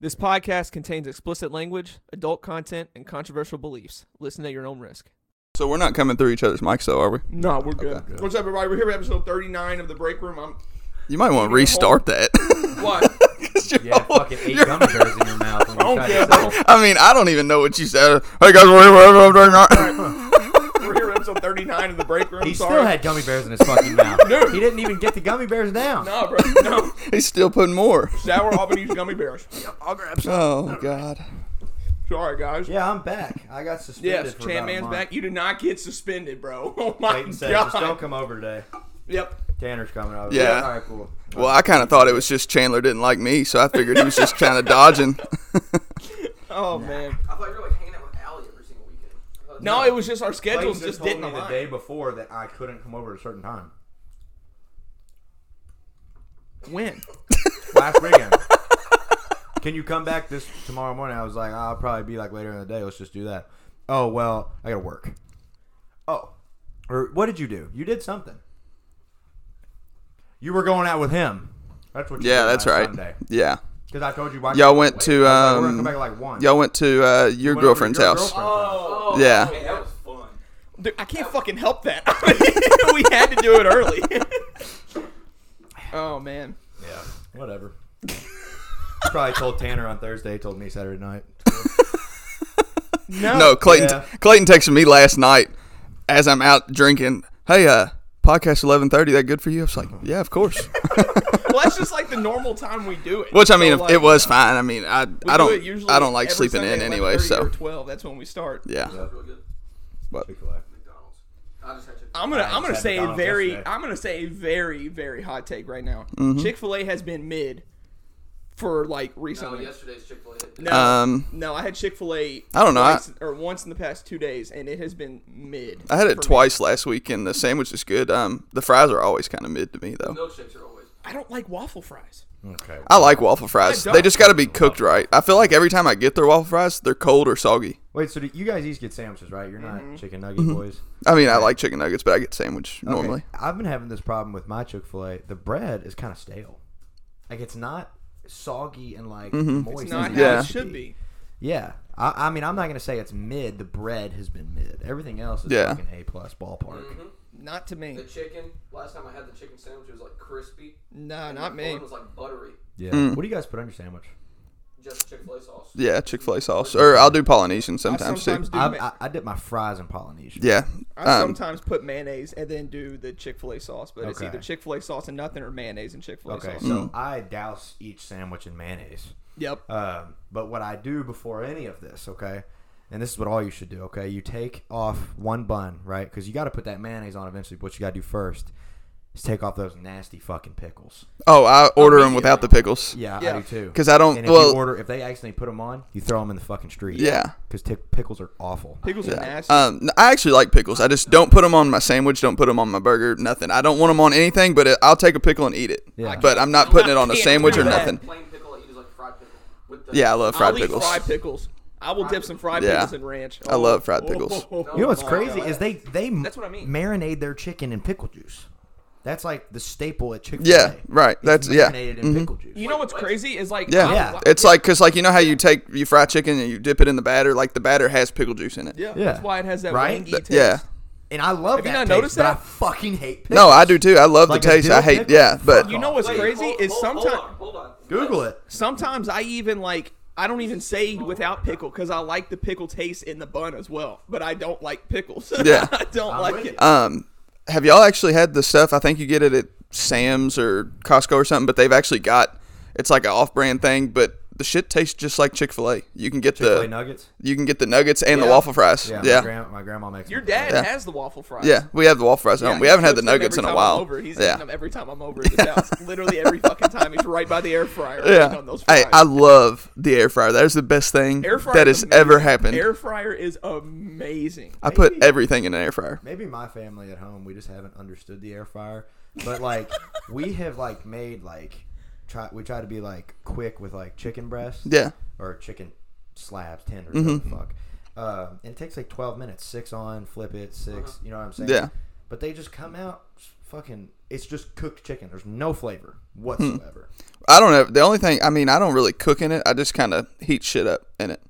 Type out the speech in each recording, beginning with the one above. This podcast contains explicit language, adult content, and controversial beliefs. Listen at your own risk. So we're not coming through each other's mics, though, are we? No, we're good. What's up, everybody? We're here at episode 39 of The Break Room. I'm. You might want to restart that. What? 'Cause you're Yeah, Oh, all- fucking eight you're- gummy bears in your mouth. When you don't try care, to bro. say- I mean, I don't even know what you said. Hey guys, we're here, we're here, we're here. we're here at episode 39 of The Break Room. He Sorry. still had gummy bears in his fucking mouth. Dude. He didn't even get the gummy bears down. No, bro. No. he's still putting more. Sour Albany's gummy bears. I'll grab some. Oh God. Sorry, guys. Yeah, I'm back. I got suspended. Yes, for Chan about a Man's month. back. You did not get suspended, bro. Oh, my Clayton said, God. just don't come over today. Yep. Tanner's coming over. Yeah. All right, cool. Well, I kind of thought it was just Chandler didn't like me, so I figured he was just kind of dodging. Oh, man. I thought you were like hanging out with Allie every single weekend. I thought No, it was just our Clayton schedules just, just told didn't me the align. day before that I couldn't come over at a certain time. When? Last weekend. Can you come back this tomorrow morning? I was like, I'll probably be like later in the day. Let's just do that. Oh well, I gotta work. Oh, or what did you do? You did something. You were going out with him. That's what. You Yeah, did that's last right. Sunday. Yeah, Because I told you why. y'all went to I was like, we're gonna come um, back at like one. y'all went to uh, your Went over to girlfriend's your house. girlfriend's Oh, Yeah. man, that was fun. Dude, I can't fucking help that. we had to do it early. oh man. Yeah. Whatever. You probably told Tanner on Thursday. Told me Saturday night. No. No, Clayton. Yeah. Clayton texted me last night as I'm out drinking. Hey, uh, podcast eleven thirty. That good for you? I was like, yeah, of course. Well, that's just like the normal time we do it. Which I So, mean, if like, it was fine. I mean, I we I do don't it usually I don't like every sleeping in Sunday at anyway. 11:30 or So twelve. That's when we start. yeah, That was really good. McDonald's. I just had to. I'm gonna I I'm gonna had say a McDonald's very yesterday. I'm gonna say a very very hot take right now. Mm-hmm. Chick Fil A has been mid for like no, recently. yesterday's Chick Fil A. No, Um, no, I had Chick Fil A. I don't know, I- or once in the past two days, and it has been mid. I had it for me. twice last week, and the sandwich is good. Um, the fries are always kind of mid to me though. Milkshakes are always. I don't like waffle fries. Okay. I like waffle fries. I They just got to be don't. cooked right. I feel like every time I get their waffle fries, they're cold or soggy. Wait. So do you guys each get sandwiches, right? You're not chicken nugget Mm-hmm. boys. I mean, I like chicken nuggets, but I get sandwich normally. Okay, I've been having this problem with my Chick Fil A. The bread is kind of stale. Like it's not soggy and like Mm-hmm. moist. It's not as how Yeah. it should be. Yeah. I, I mean, I'm not gonna say it's mid. The bread has been mid. Everything else is Yeah. fucking a plus ballpark. Mm-hmm. Not to me. The chicken. Last time I had the chicken sandwich, it was like crispy. No, and not the me. bun was like buttery. Yeah. Mm. What do you guys put on your sandwich? Just Chick Fil A sauce. Yeah, Chick Fil A sauce, or I'll do Polynesian sometimes, sometimes too. do I, ma- I, I dip my fries in Polynesian. Yeah, I um, sometimes put mayonnaise and then do the Chick Fil A sauce, but it's Okay. either Chick Fil A sauce and nothing or mayonnaise and Chick Fil A Okay. sauce. Mm. So I douse each sandwich in mayonnaise. Yep. Uh, Um, but what I do before any of this, okay, and this is what all you should do, okay, you take off one bun, right? Because you got to put that mayonnaise on eventually. But what you got to do first is take off those nasty fucking pickles. oh, I order them without the pickles. uh, Yeah, Yeah. I do too. 'Cause I don't- And if well- you order, if they accidentally put them on, you throw them in the fucking street. Yeah. Because pickles are awful. Pickles are Yeah. nasty. Um, n- I actually like pickles. I just don't put them on my sandwich. Don't put them on my burger. Nothing. I don't want them on anything. But it, I'll take a pickle and eat it. Yeah. But I'm not putting it on a can't sandwich do or that. nothing. Plain pickle I eat is like fried pickle. With the Yeah, I love fried I'll pickles. eat fried pickles. I will dip some fried Yeah. pickles in ranch. I love fried pickles. You know what's Oh, crazy God. is they they That's what I mean. marinate their chicken in pickle juice. That's like the staple at Chick Fil A. Yeah, right. That's- yeah. Mm, Mm-hmm. marinated in pickle juice. You know what's crazy is like Yeah. I Yeah. like- It's like because like you know how you take you fry chicken and you dip it in the batter. Like the batter has pickle juice in it. yeah, Yeah. That's why it has that Right? wangy Th- taste. yeah. and I love Have you not that taste, noticed but I that? fucking hate. Pickles. No, I do too. I love Like the a taste. dill I hate. pickle? Yeah, but Fuck You know what's Wait, crazy is sometimes Hold on. Google it. sometimes I even like I don't even say without pickle because I like the pickle taste in the bun as well, but I don't like pickles. Yeah. I don't I'm like with it. you. um, have y'all actually had the stuff? I think you get it at Sam's or Costco or something. But they've actually got it's like an off-brand thing, but the shit tastes just like Chick Fil A. You can get Chick-fil-A the nuggets. you can get the nuggets and the Yeah. waffle fries. Yeah, Yeah, My, Uh, yeah. grand, my grandma makes. Your them. dad Yeah. has the waffle fries. we have the waffle fries at home. Yeah, We he haven't had cooks the them nuggets every in a time while. I'm over. He's yeah, eating them every time I'm over at his house. Literally every fucking time. He's right by the air fryer. eating yeah. on those Hey, fries. I love the air fryer. That is the best thing air fryer that is has ever amazing. happened. Air fryer is amazing. I put everything in an air fryer. Maybe my family at home, we just haven't understood the air fryer. But like, we have like made like, try we try to be like quick with like chicken breasts. Yeah. Mm-hmm. Or chicken slabs, tenders, whatever the fuck. Um, and it takes like Uh-huh. twelve minutes. Six on, flip it. 6 You know what I'm saying? Yeah. But they just come out s- fucking it's just cooked chicken. There's no flavor Hmm. whatsoever. I don't know. The only thing, I mean, I don't really cook in it. I just kind of heat shit up in it.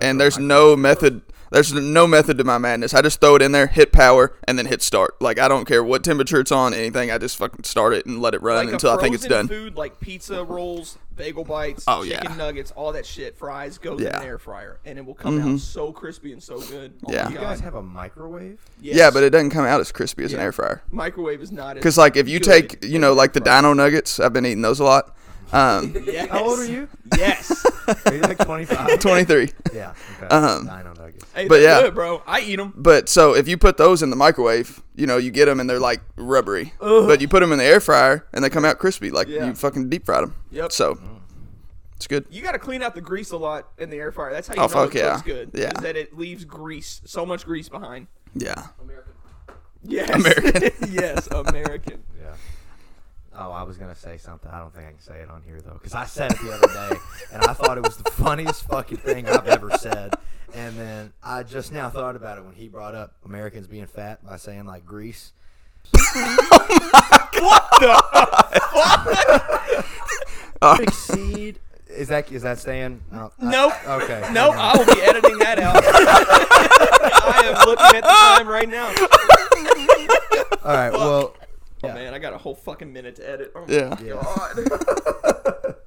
and there's no method. There's no method to my madness. I just throw it in there, hit power, and then hit start. Like I don't care what temperature it's on, anything. I just fucking start it and let it run Like a until I think it's frozen done. Food like pizza rolls, bagel bites, Oh, yeah. chicken nuggets, all that shit, fries goes in Yeah. Mm-hmm. an air fryer, and it will come out so crispy and so good. Oh my Yeah. Do you God. guys have a microwave? Yes. Yeah, but it doesn't come out as crispy as an air fryer. microwave is not as Because like if you good. take, you know, like the Dino Nuggets, I've been eating those a lot. Um, Yes. How old are you? Yes. Are you like 25? 23. yeah. Okay. Dino nuggets. Hey, But they're yeah. good, bro. I eat them. But so if you put those in the microwave, you know, you get them and they're like rubbery. But you put them in the air fryer and they come out crispy, like Yeah. you fucking deep fried them. Yep. So it's good. You got to clean out the grease a lot in the air fryer. That's how you Oh, know fuck it yeah. looks good. Yeah. Is that it leaves grease, so much grease behind. Yeah. American. Yes. American. yes, American. Yeah. Oh, I was gonna say something. I don't think I can say it on here though, because I said it the other day, and I thought it was the funniest fucking thing I've ever said. And then I just now thought about it when he brought up Americans being fat by saying like grease. what the? Exceed. Is that is that staying? No. I- Nope. okay. Oh, Nope, I will be editing that out. I am looking at the time right now. All right. Well. Oh Yeah. man, I got a whole fucking minute to edit. Oh, my Yeah. God.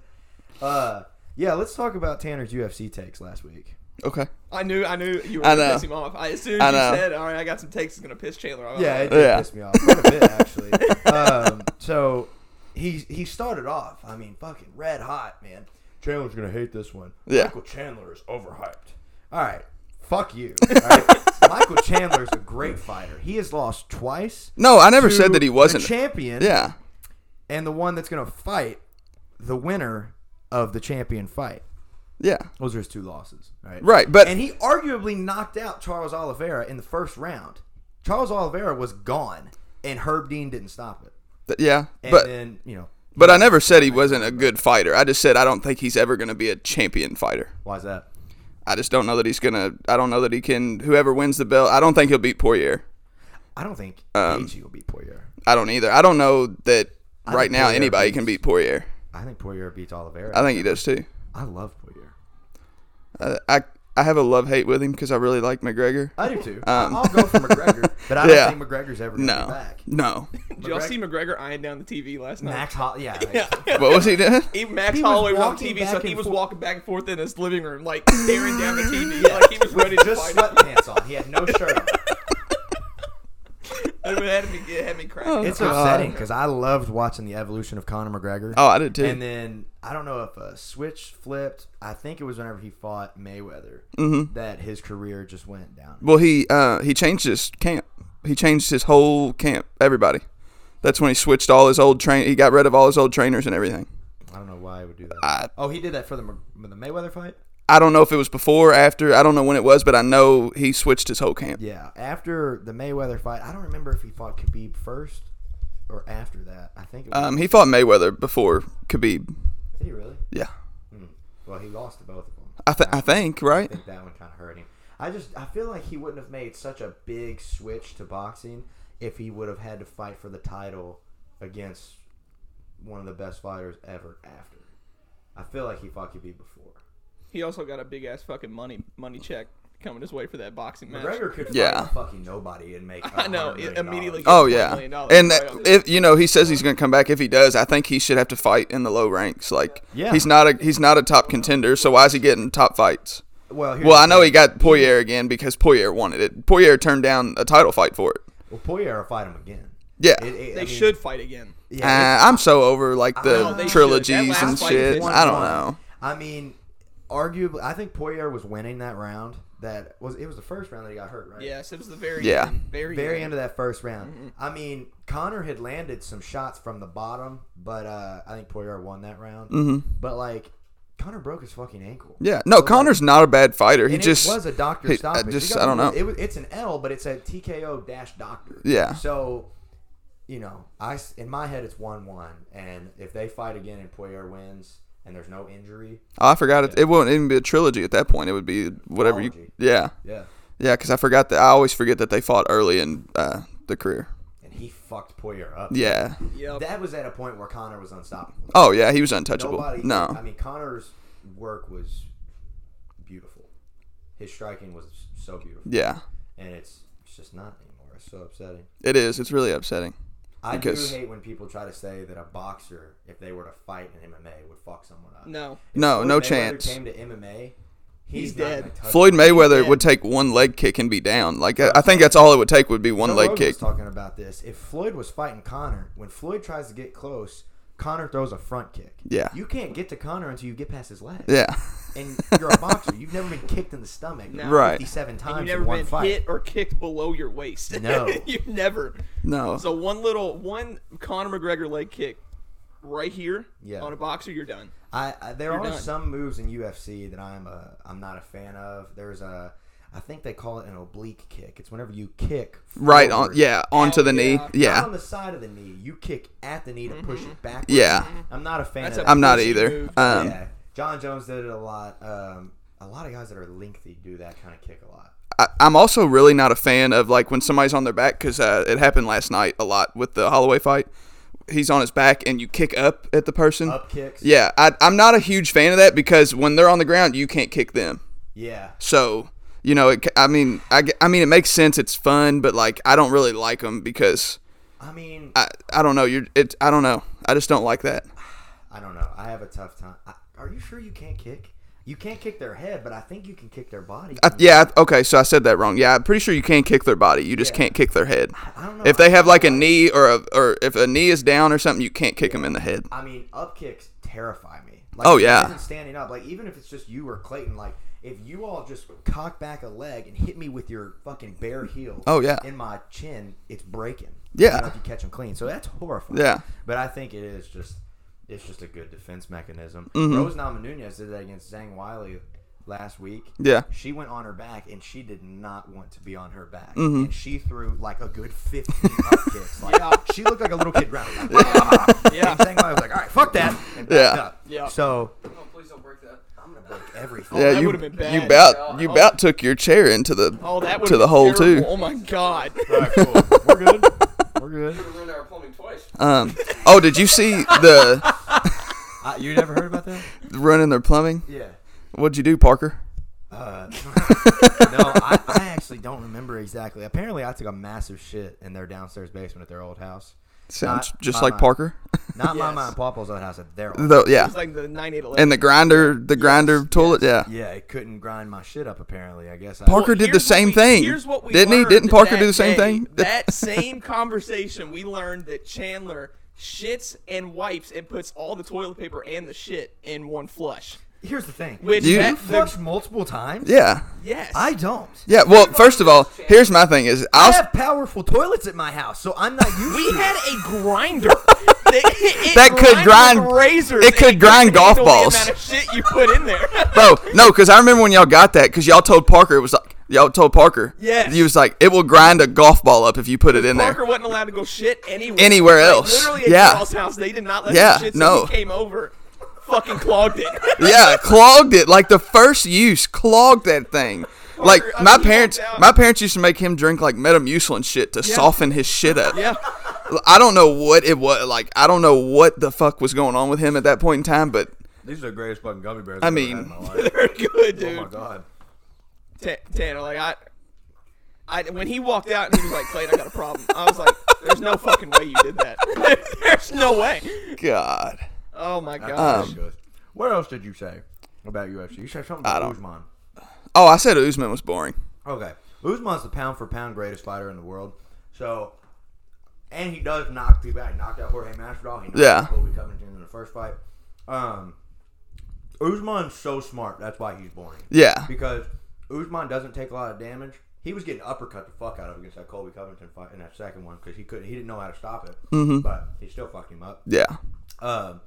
Uh. Yeah. Let's talk about Tanner's UFC takes last week. Okay. I knew, I knew you were I gonna know. piss him off. I, as soon as I you know. said, "All right, I got some takes," it's gonna piss Chandler off. Uh, Yeah, it Yeah. did piss me off quite a bit actually. um, so he he started off. I mean, fucking red hot, man. Chandler's gonna hate this one. Yeah. Michael Chandler is overhyped. All right, fuck you. All right? Michael Chandler is a great fighter. He has lost twice. No, I never to said that he the wasn't. champion. Yeah. and the one that's gonna fight the winner of the champion fight. Yeah. Those are his two losses, right? Right, but- and he arguably knocked out Charles Oliveira in the first round. Charles Oliveira was gone, and Herb Dean didn't stop it. Th- yeah. And but then you know but I never said he wasn't a good fighter. I just said I don't think he's ever going to be a champion fighter. why's that? I just don't know that he's going to I don't know that he can whoever wins the belt. I don't think he'll beat Poirier. I don't think Um, Gaethje will beat Poirier. I don't either. I don't know that right think now Poirier anybody beats- can beat Poirier. I think Poirier beats Oliveira. I I, think he does too. love Poirier. I I, I have a love hate with him because I really like McGregor. I do too. I'll go for McGregor, but I don't Um, yeah. think McGregor's ever gonna be No, back. no. Did y'all see McGregor eyeing down the TV last night? Max Holl- yeah, what was he doing? He, Max He was Holloway was on walking TV, so back he and was forth. walking back and forth in his living room, like staring down the TV, like he was ready to just fight. sweatpants on. He had no shirt. on. It had me, it Oh. had me cracking. It's God. upsetting because I loved watching the evolution of Conor McGregor. Oh, I did too. And then I don't know if a switch flipped. I think it was whenever he fought Mayweather that his career just went down. Mm-hmm. well, he uh, he changed his camp. He changed his whole camp. Everybody. That's when he switched all his old train. He got rid of all his old trainers and everything. I don't know why he would do that. I- oh, he did that for the Ma- the Mayweather fight. I don't know if it was before, or after. I don't know when it was, but I know he switched his whole camp. Yeah, after the Mayweather fight, I don't remember if he fought Khabib first or after that. I think it was, Um, he fought Mayweather before Khabib. did he really? Yeah, Well, he lost to both of them. I, th- I think I right. think that one kind of hurt him. I just I feel like he wouldn't have made such a big switch to boxing if he would have had to fight for the title against one of the best fighters ever. After, I feel like he fought Khabib before. He also got a big ass fucking money money check coming his way for that boxing match. McGregor could fight Yeah. a fucking nobody and make. I know, $100 it million immediately Oh $1 dollars. yeah, million and that, right off the- if you know he says he's going to come back. If he does, I think he should have to fight in the low ranks. Like Yeah. he's not a he's not a top contender. So why is he getting top fights? Well, here's Well, I the know he thing. got Poirier again because Poirier wanted it. Poirier turned down a title fight for it. Well, Poirier will fight him again. Yeah, It- it- I they mean, should fight again. Yeah, uh, I'm so over like know, the they should. That trilogies last and fight shit. was Ah, I don't one. know. I mean, arguably, I think Poirier was winning that round. That was it was the first round that he got hurt, right? Yes, it was the very Yeah. end, very, Very end. end of that first round. I mean, Connor had landed some shots from the bottom, but uh, I think Poirier won that round. But like, Connor broke his fucking ankle. Mm-hmm. Yeah, no, Connor's not a bad fighter. He And just it was a doctor he- I stoppage. You just- gotta I don't remember, know. It was, it's an L, but it's a TKO dash doctor. Yeah. So, you know, I s- in my head it's one one, and if they fight again and Poirier wins and there's no injury, oh, I forgot it. It won't even be a trilogy at that point. It would be whatever you. Trilogy. Yeah, yeah. yeah, because I forgot that. I always forget that they fought early in uh, the career. And he fucked Poyer up. Yeah. Yep. That was at a point where Connor was unstoppable. Oh yeah, he was untouchable. Nobody. no. I mean, Connor's work was beautiful. His striking was so beautiful, yeah. and it's it's just not anymore. It's so upsetting. It is. It's really upsetting. I Because- do hate when people try to say that a boxer, if they were to fight in MMA, would fuck someone up. No. If No, Floyd no Mayweather chance. Came to MMA, he's, He's not dead. gonna touch Floyd him. Mayweather Yeah. would take one leg kick and be down. Like I I think that's all it would take would be one Joe leg Rogan kick. Was talking about this, if Floyd was fighting Connor, when Floyd tries to get close, Connor throws a front kick. Yeah. you can't get to Connor until you get past his leg. Yeah. and you're a boxer. You've never been kicked in the stomach No. Right. 57 times And you've in never one been fight. hit or kicked below your waist. No. you've never. No. So one little one Conor McGregor leg kick right here Yeah. on a boxer, you're done. I, I there You're are done. some moves in UFC that I'm a I'm not a fan of. There's a I think they call it an oblique kick. It's whenever you kick right on. forward. Yeah. Onto the knee. yeah. Not Yeah. on the side of the knee. You kick at the knee to push it back. Yeah. I'm not a Mm-hmm. fan That's of a that. I'm not Pussy either. move. Um, yeah. John Jones did it a lot. Um, a lot of guys that are lengthy do that kind of kick a lot. I, I'm also really not a fan of like when somebody's on their back because uh, it happened last night a lot with the Holloway fight. He's on his back and you kick up at the person. Up kicks. Um, Yeah, I, I'm not a huge fan of that because when they're on the ground, you can't kick them. Yeah. So you know, it, ca- I mean, I, g- I mean, it makes sense. It's fun, but like, I don't really like them because I mean, I, I don't know. You're, it, I don't know. I just don't like that. I don't know. I have a tough time. I, are you sure you can't kick? You can't kick their head, but I think you can kick their body. I, yeah. I- Okay. So I said that wrong. Yeah. I'm pretty sure you can kick their body. You just Yeah. can't kick their head. I don't know. If they have like a knee or a, or if a knee is down or something, you can't kick them in the head. I mean, up kicks terrify me. Like, Oh, if yeah. it isn't standing up. Like even if it's just you or Clayton. Like if you all just cock back a leg and hit me with your fucking bare heel. Oh, yeah. In my chin, it's breaking. Yeah. You know, if you catch them clean, so that's horrifying. Yeah. But I think it is just, it's just a good defense mechanism. Mm-hmm. Rose Namajunas did that against Zhang Wiley last week. Yeah. She went on her back and she did not want to be on her back. Mm-hmm. And she threw like a good 15 up kicks. Like, She looked like a little kid grounded. Yeah. And Zhang Wiley was like, all right, fuck that. And backed Yeah. up. Yeah. So, No, please don't break that. I'm gonna break everything. yeah. Oh, that You would've been bad. you bout you bout took your chair into the Oh, that would to the hole terrible. too. Oh my god. All right, cool. We're good. We're good. it. Ruined our plumbing twice. Um, oh, did you see the Uh, you never heard about that? running their plumbing? Yeah. What'd you do, Parker? Uh, no, I, I actually don't remember exactly. Apparently, I took a massive shit in their downstairs basement at their old house. Sounds Not just my like mind. Parker. Not my Yes. mom and Papa's old house at their old Though, yeah. It's like the 9811. And the grinder, the grinder toilet, yeah. Yeah, it couldn't grind my shit up. Apparently, I guess. I, Parker did the here's what same we- thing. Here's what we Didn't he? learned Didn't Parker that do the same day. thing? that same conversation, we learned that Chandler shits and wipes and puts all the toilet paper and the shit in one flush. here's the thing: Which You- that, flush the, multiple times. Yeah, yes, I don't. yeah. Well, first of all, here's my thing: is I I'll have powerful toilets at my house, so I'm not used. we to had it. a grinder that, it, it That could grinded grind- with razors. it and could grind couldn't golf handle the balls. amount of shit you put in there. bro. No, because I remember when y'all got that because y'all told Parker it was like y'all told Parker. Yes. He was like, it will grind a golf ball up if you put it in Parker there. wasn't allowed to go shit anywhere. Anywhere Like, else. Literally at Yeah. Charles' house, they did not let Yeah, him shit. So no. he came over, fucking clogged it. Yeah, clogged it like the first use clogged that thing. Like Parker, I my mean, he parents, walked out. my parents used to make him drink like Metamucil and shit to soften his shit up. yeah. I don't know what it was like. I don't know what the fuck was going on with him at that point in time, but These are the greatest fucking gummy bears I I've mean- ever had in my life. They're good, oh dude. my god. Ta- Tanner, like I, I when he walked out and he was like, "Clayton, I got a problem." I was like, "There's no fucking way you did that. There's no way." God, Oh my Uh, gosh. Um, That's ridiculous. what else did you say about UFC? You said something I about don't- Usman. oh, I said Usman was boring. Okay, Usman's the pound for pound greatest fighter in the world. So, and he does knock people out. He knocked out Jorge Masvidal. He knocked Yeah. out Colby Covington in the first fight. Um, Usman's so smart. That's why he's boring. Yeah, Because Usman doesn't take a lot of damage. He was getting uppercut the fuck out of against that Colby Covington fight in that second one because he couldn't. He didn't know how to stop it. Mm-hmm. But he still fucked him up. yeah, Um,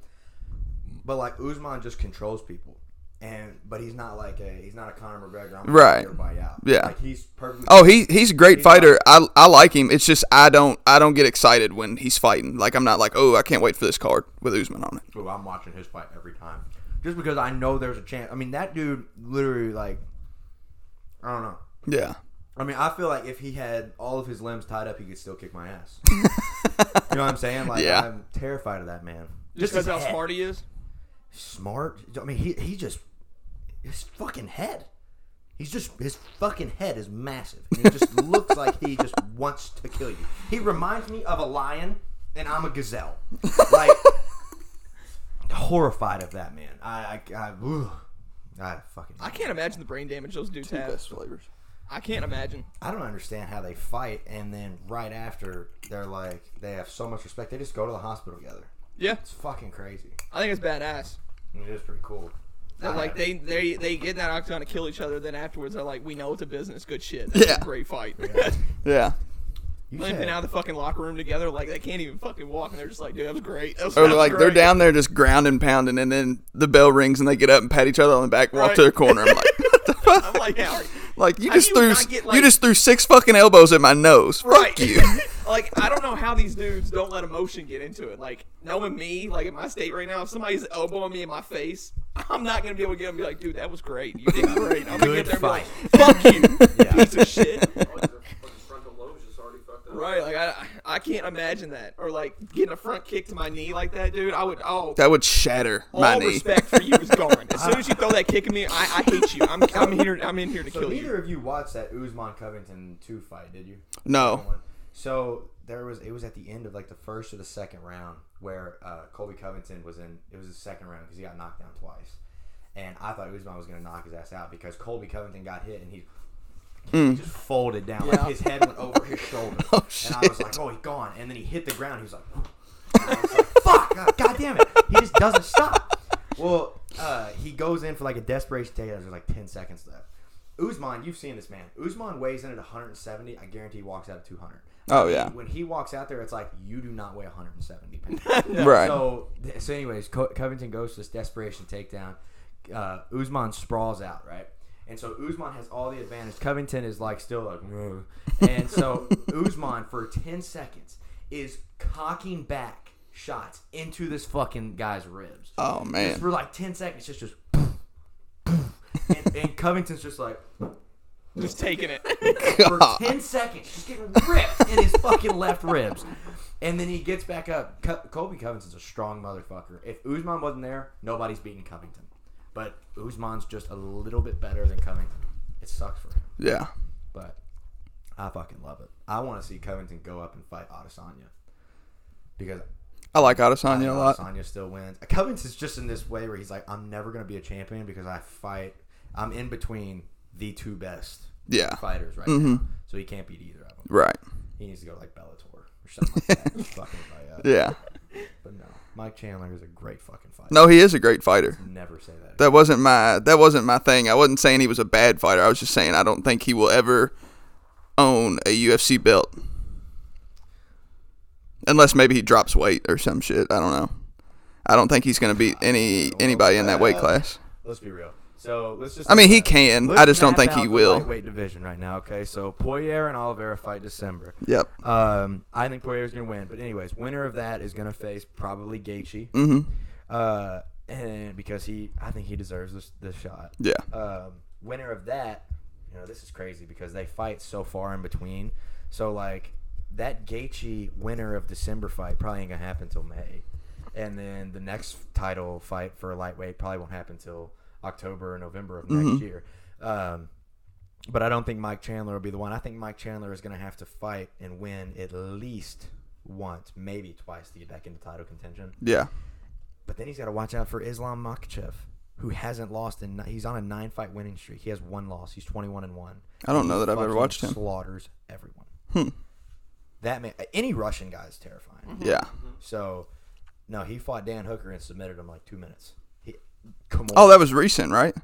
but like Usman just controls people, and but he's not like a he's not a Conor McGregor. I'm gonna Right. knock Everybody out. Yeah. Like he's perfectly. Oh, he he's a great fighter. I I like him. It's just I don't I don't get excited when he's fighting. Like I'm not like oh I can't wait for this card with Usman on it. Ooh, I'm watching his fight every time, just because I know there's a chance. I mean, that dude literally like, I don't know. Yeah, I mean, I feel like if he had all of his limbs tied up, he could still kick my ass. You know what I'm saying? Like, Yeah. I'm terrified of that man. Just his because how head. smart he is. smart. I mean, he he just his fucking head. He's just his fucking head is massive. And he just looks like he just wants to kill you. He reminds me of a lion, and I'm a gazelle. Like horrified of that man. I I I, ugh. I fucking I can't imagine the brain damage those dudes have. Best flavors. I can't imagine. I don't understand how they fight, and then right after they're like they have so much respect. They just go to the hospital together. Yeah, It's fucking crazy. I think it's badass. It is pretty cool. That, like they, they they get in that octagon to kill each other. Then afterwards, they're like, "We know it's a business. Good shit. That's Yeah. a great fight." Yeah. You They've said- been out of the fucking locker room together. Like they can't even fucking walk, and they're just like, "Dude, that was great." That was, Or that was like they're great." down there just grounding, pounding, and then the bell rings and they get up and pat each other on the back, walk Right. to their corner. I'm like, what the fuck? I'm like, yeah, Like you How just do you threw not get, you like- just threw six fucking elbows at my nose. right. Fuck you. like I don't know how these dudes don't let emotion get into it. Like knowing me, like in my state right now, if somebody's elbowing me in my face, I'm not gonna be able to get up and be like, "Dude, that was great. You did great." I'm gonna Good get there and be like, "Fuck you, piece of shit." Their fucking frontal lobe's just already fucked up. Right, like I, I can't imagine that, or like getting a front kick to my knee like that, dude. I would, oh, That would shatter my all knee. respect for you is gone. As soon as you throw that kick at me, I, I hate you. I'm, I'm here, I'm in here to So kill neither you. of you watched that Usman Covington two fight, did you? No. So there was it was at the end of like the first or the second round where uh, Colby Covington was in. It was the second round because he got knocked down twice, and I thought Usman was going to knock his ass out because Colby Covington got hit and he. he just folded down, like his head went over his shoulder, and I was like, "Oh, he's gone!" And then he hit the ground. He was like, and I was like, "Fuck! God, God damn it! He just doesn't stop." Well, uh, he goes in for like a desperation takedown. There's like ten seconds left. Usman, you've seen this man. Usman weighs in at 170. I guarantee he walks out at 200. Oh, yeah. When he walks out there, it's like you do not weigh 170 pounds. Right. So, th- so anyways, Co- Covington goes to this desperation takedown. Uh, Usman sprawls out, right? And so Usman has all the advantage. Covington is like still like, "Ugh." and so Usman for ten seconds is cocking back shots into this fucking guy's ribs oh just man. for like ten seconds. Just just, and, and Covington's just like Just taking it. for 10 seconds. Just getting ripped in his fucking left ribs. And then he gets back up. Co- Colby Covington's a strong motherfucker. If Usman wasn't there, nobody's beating Covington. But Usman's just a little bit better than Covington. It sucks for him, Yeah. but I fucking love it. I want to see Covington go up and fight Adesanya because I like Adesanya a lot. Adesanya Uh, still wins. Covington's just in this way where he's like, I'm never gonna be a champion because I fight. I'm in between the two best Yeah. fighters right Mm-hmm. now, so he can't beat either of them. Right. He needs to go to, like Bellator or something like that. fucking fight up. Yeah. uh, But no, Mike Chandler is a great fucking fighter. No, he is a great fighter. Never say that. That wasn't my that wasn't my thing. I wasn't saying he was a bad fighter. I was just saying I don't think he will ever own a UFC belt. Unless maybe he drops weight or some shit. I don't know. I don't think he's going to beat any anybody in that weight class. Let's be real. So let's just. I mean, he can. I just don't think he will. Weight division right now. Okay, so Poirier and Oliveira fight December. Yep. Um, I think Poirier's gonna win, but anyways, winner of that is gonna face probably Gaethje. Mhm. Uh, and because he, I think he deserves this, this shot. Yeah. um, winner of that, you know, this is crazy because they fight so far in between. So like that Gaethje winner of December fight probably ain't gonna happen till May, and then the next title fight for lightweight probably won't happen till October or November of next year. Um, but I don't think Mike Chandler will be the one. I think Mike Chandler is gonna have to fight and win at least once, maybe twice, to get back into title contention. Yeah. But then he's got to watch out for Islam Makhachev, who hasn't lost in. He's on a nine-fight winning streak. He has one loss. He's twenty-one and one. I don't know that I've ever Fucking watched him. Hmm. Slaughters everyone. That man, any Russian guy is terrifying. Yeah. So, no, he fought Dan Hooker and submitted him like two minutes. He, come on. Oh, that was recent, right?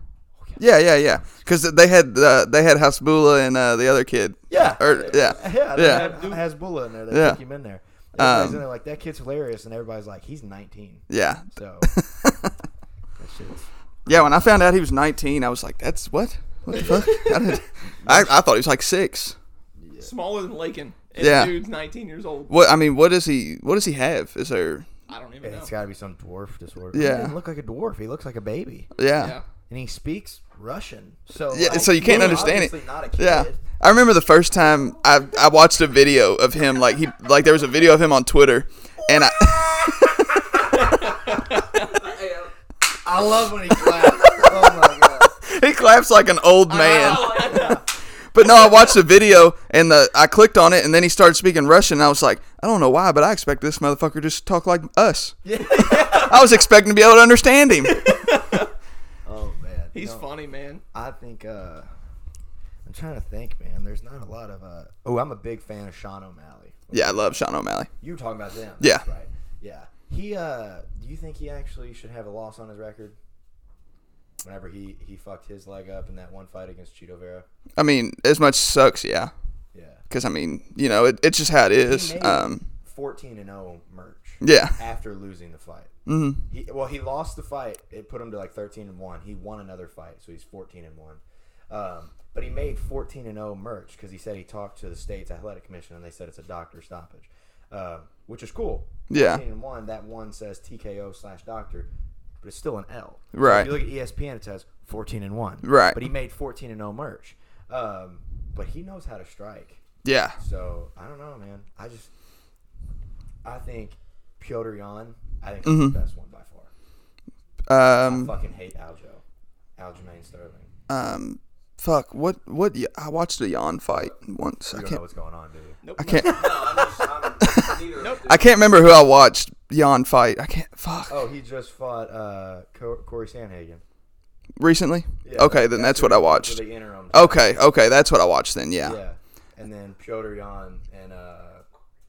Yeah, yeah, yeah. Because they had uh, they had Hasbullah and uh, the other kid. yeah, Or, yeah. yeah. yeah, yeah. Hezbollah in there. They Yeah. took him in there. Everybody's Um, in there like that kid's hilarious, and everybody's like, he's nineteen. Yeah. So that shit's. Yeah, when I found out he was 19, I was like, "That's what? What the fuck?" How did- I, I thought he was like six. Smaller than Lakin. And Yeah. the dude's 19 years old. What I mean, what does he? What does he have? Is there? I don't even And know. it's got to be some dwarf disorder. Yeah. He doesn't look like a dwarf. He looks like a baby. Yeah, yeah. And he speaks Russian. So Yeah, like, so you can't he's understand it. obviously Not a kid. yeah. I remember the first time I, I watched a video of him like he like there was a video of him on Twitter and I I love when he claps. oh my god. he claps like an old man. Man. But no, I watched the video and the I clicked on it and then he started speaking Russian and I was like, I don't know why, but I expect this motherfucker just to talk like us. I was expecting to be able to understand him. Oh man. He's No, funny, man. I think uh I'm trying to think, man. There's not a lot of uh Oh, I'm a big fan of Sean O'Malley. Yeah, I love Sean O'Malley. You were talking about them. Yeah. that's Right. Yeah. He uh do you think he actually should have a loss on his record? Whenever he he fucked his leg up in that one fight against Cheeto Vera. I mean, as much sucks, yeah, Yeah. because I mean, you know, it, it's just how it is. made- Um, 14 and 0 merch. yeah, After losing the fight. hmm He, well, he lost the fight. It put him to like 13 and 1. He won another fight, so he's 14 and 1. Um, but he made 14 and 0 merch because he said he talked to the state's athletic commission and they said it's a doctor stoppage, um, which is cool. Yeah. 14 and 1, that one says TKO slash doctor, but it's still an L. So Right. if you look at E ESPN, it says 14 and 1. Right. But he made 14 and 0 merch. Um, but he knows how to strike. yeah, So I don't know, man. I just I think Piotr Jan. I think he's Mm-hmm. the best one by far. um, I fucking hate Aljo, Aljamain Sterling. um, fuck, what, what? y- I watched a yawn fight once. I You don't know can't, what's going on, do you? I can't, Nope. I can't remember who I watched yawn fight. I can't, fuck. Oh, he just fought uh, Co- Corey Sanhagen. Recently? Yeah, okay, then that's who what I he- watched. Oh, for The interim. Okay, okay, that's what I watched then. Yeah, Yeah, and then Piotr Jan and uh,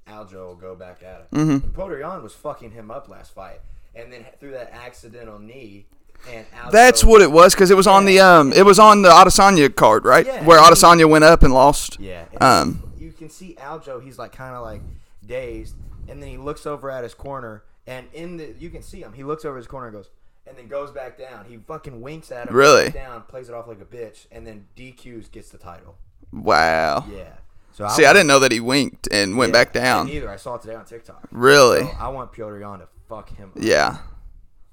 Aljo will go back at him. Mm-hmm. mm Piotr Jan was fucking him up last fight, and then through that accidental knee, and Aljo, that's what it was because it was on the um, it was on the Adesanya card, right? Yeah. Where Adesanya went up and lost. Yeah. and Um, you can see Aljo. He's like kind of like dazed, and then he looks over at his corner, and in the you can see him. He looks over his corner and goes, and then goes back down. He fucking winks at him. Really? goes Down, plays it off like a bitch, and then DQs gets the title. Wow. Yeah. So See, I didn't know that he winked and went back down. Neither. I saw it today on TikTok. Really? So I want Piotr Jan to fuck him. Up. Yeah.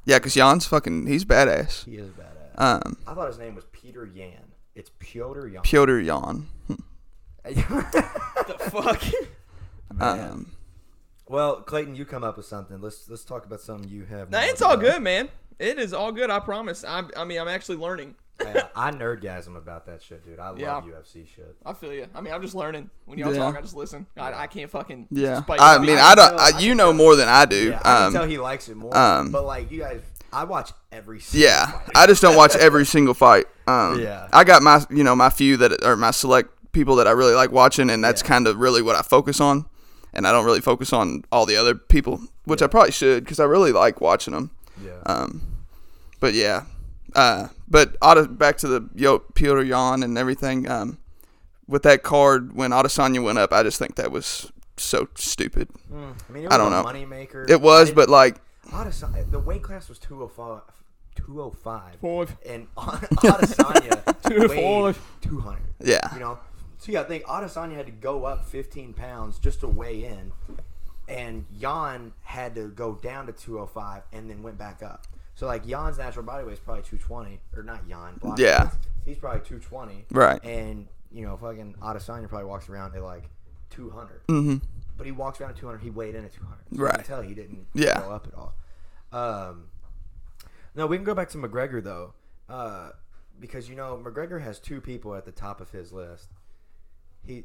Yeah, because Jan's fucking, he's badass. He is badass. Um, I thought his name was Peter Yan. It's Piotr Yan. Piotr Jan. The fuck? Um, well, Clayton, you come up with something. Let's let's talk about something you have. Nah, it's knowledge all about. good, man. It is all good. I promise. I, I mean, I'm actually learning. Yeah, I nerdgasm about that shit, dude. I love Yeah. UFC shit. I feel you. I mean, I'm just learning. When y'all Yeah. talk, I just listen. I, I can't fucking. yeah. despite I being- mean, I don't, tell- I, you know more than I do. Yeah, I can tell Um, he likes it more. um, but like you guys, I watch every. Single yeah. fight. I just don't watch every single fight. Um, Yeah. I got my, you know, my few that are my select people that I really like watching, and that's kind of really what I focus on. And I don't really focus on all the other people, which I probably should because I really like watching them. yeah. Um, but yeah, uh, but Ades- back to the Yo, Piotr Jan and everything. Um, with that card when Adesanya went up, I just think that was so stupid. I mean, it I was don't know. a moneymaker. It was, but like, Adesanya, the weight class was 205. 205. Five. And Adesanya weighed Five. 200. Yeah. You know? So yeah, I think Adesanya had to go up 15 pounds just to weigh in. And Jan had to go down to 205 and then went back up. So like Jan's natural body weight is probably 220. Or not Jan. Block Yeah. He's probably 220. Right. And, you know, fucking Adesanya probably walks around at like 200 but he walks around at 200. He weighed in at 200. So You Mm-hmm. Right. can tell he didn't Yeah. go up at all. Um, no, we can go back to McGregor though, uh, because you know McGregor has two people at the top of his list. He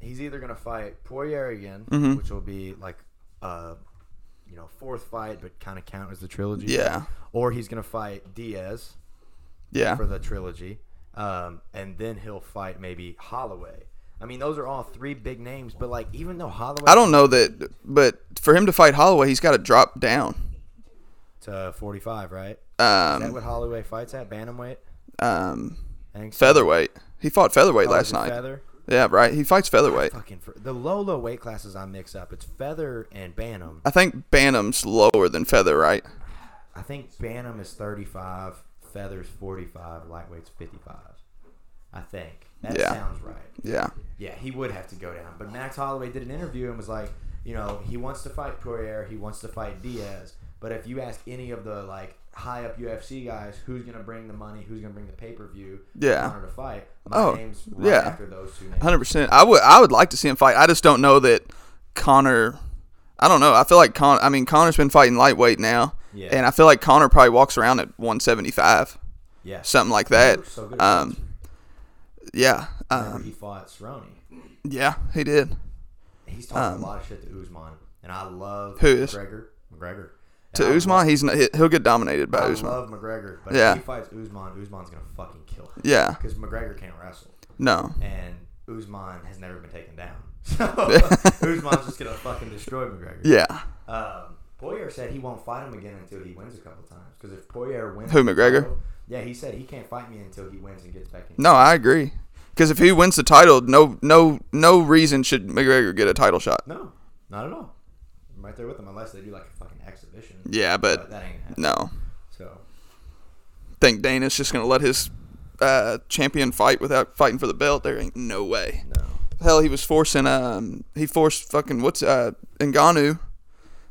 he's either gonna fight Poirier again, Mm-hmm. which will be like uh, you know fourth fight, but kind of count as the trilogy. Yeah. Or he's gonna fight Diaz yeah, for the trilogy, um, and then he'll fight maybe Holloway. I mean, those are all three big names, but like even though Holloway I don't know that, but for him to fight Holloway, he's got to drop down. to forty five, right? Is that Um, what Holloway fights at bantamweight? um, I think so. featherweight. He fought featherweight Oh, is last it night. Feather, Yeah, right. He fights featherweight. fucking fr- the low low weight classes I mix up. It's feather and bantam. I think Bantam's lower than feather, right? I think bantam is thirty five, feathers forty five, lightweight's fifty five. I think that Yeah. sounds right. Yeah. Yeah, he would have to go down. But Max Holloway did an interview and was like, you know, he wants to fight Poirier, he wants to fight Diaz. But if you ask any of the like high up UFC guys who's gonna bring the money, who's gonna bring the pay per view. Yeah. to fight. My Oh, name's right yeah. after those two names. Hundred percent. I would. I would like to see him fight. I just don't know that Connor. I don't know. I feel like Con. I mean, Connor's been fighting lightweight now, Yeah. and I feel like Connor probably walks around at 175, Yeah. something like that. So good. Um, yeah, Remember um, he fought Cerrone. yeah, he did. He's talking a lot of shit to Usman, and I love um, Who is? McGregor. McGregor. And To I Usman, he's not, he- he'll get dominated by I Usman. love McGregor, but Yeah. if he fights Usman, Usman's gonna fucking kill him. Yeah, Because McGregor can't wrestle, no, and Usman has never been taken down. So Usman's just gonna fucking destroy McGregor. yeah. Um, Poirier said he won't fight him again until he wins a couple times. Because if Poirier wins, Who, McGregor? Yeah, he said he can't fight me until he wins and gets back in. No, I agree. Because if he wins the title, no, no, no reason should McGregor get a title shot. No, not at all. I'm right there with them, unless they do like a fucking exhibition. Yeah, But but that ain't happening. no. So think Dana's just gonna let his uh, champion fight without fighting for the belt. There ain't no way. no. Hell, he was forcing um he forced fucking what's uh Ngannou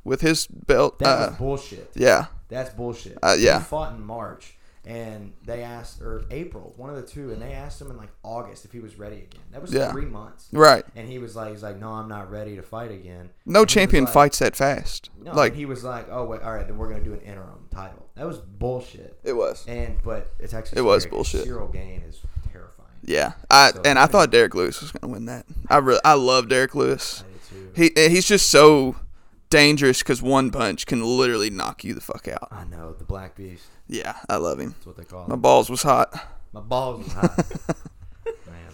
with his belt. That Uh, was bullshit. yeah, That's bullshit. Uh, yeah. He fought in March, and they asked, or April, one of the two, and they asked him in like August if he was ready again. That was Yeah. three months. right. And he was like, he's like, no, I'm not ready to fight again. No And he was champion like- fights that fast. No, like and he was like, oh wait, all right, then we're gonna do an interim title. That was bullshit. it was. And but it's actually It was scary 'cause bullshit. Cyril Gain is terrifying. Yeah, I So- and I thought Derek Lewis was gonna win that. I really I love Derek I Lewis. did too. He and he's just so dangerous because one punch can literally knock you the fuck out. I know the Black Beast. Yeah, I love him. That's what they call My him. balls was hot. My balls are hot. man.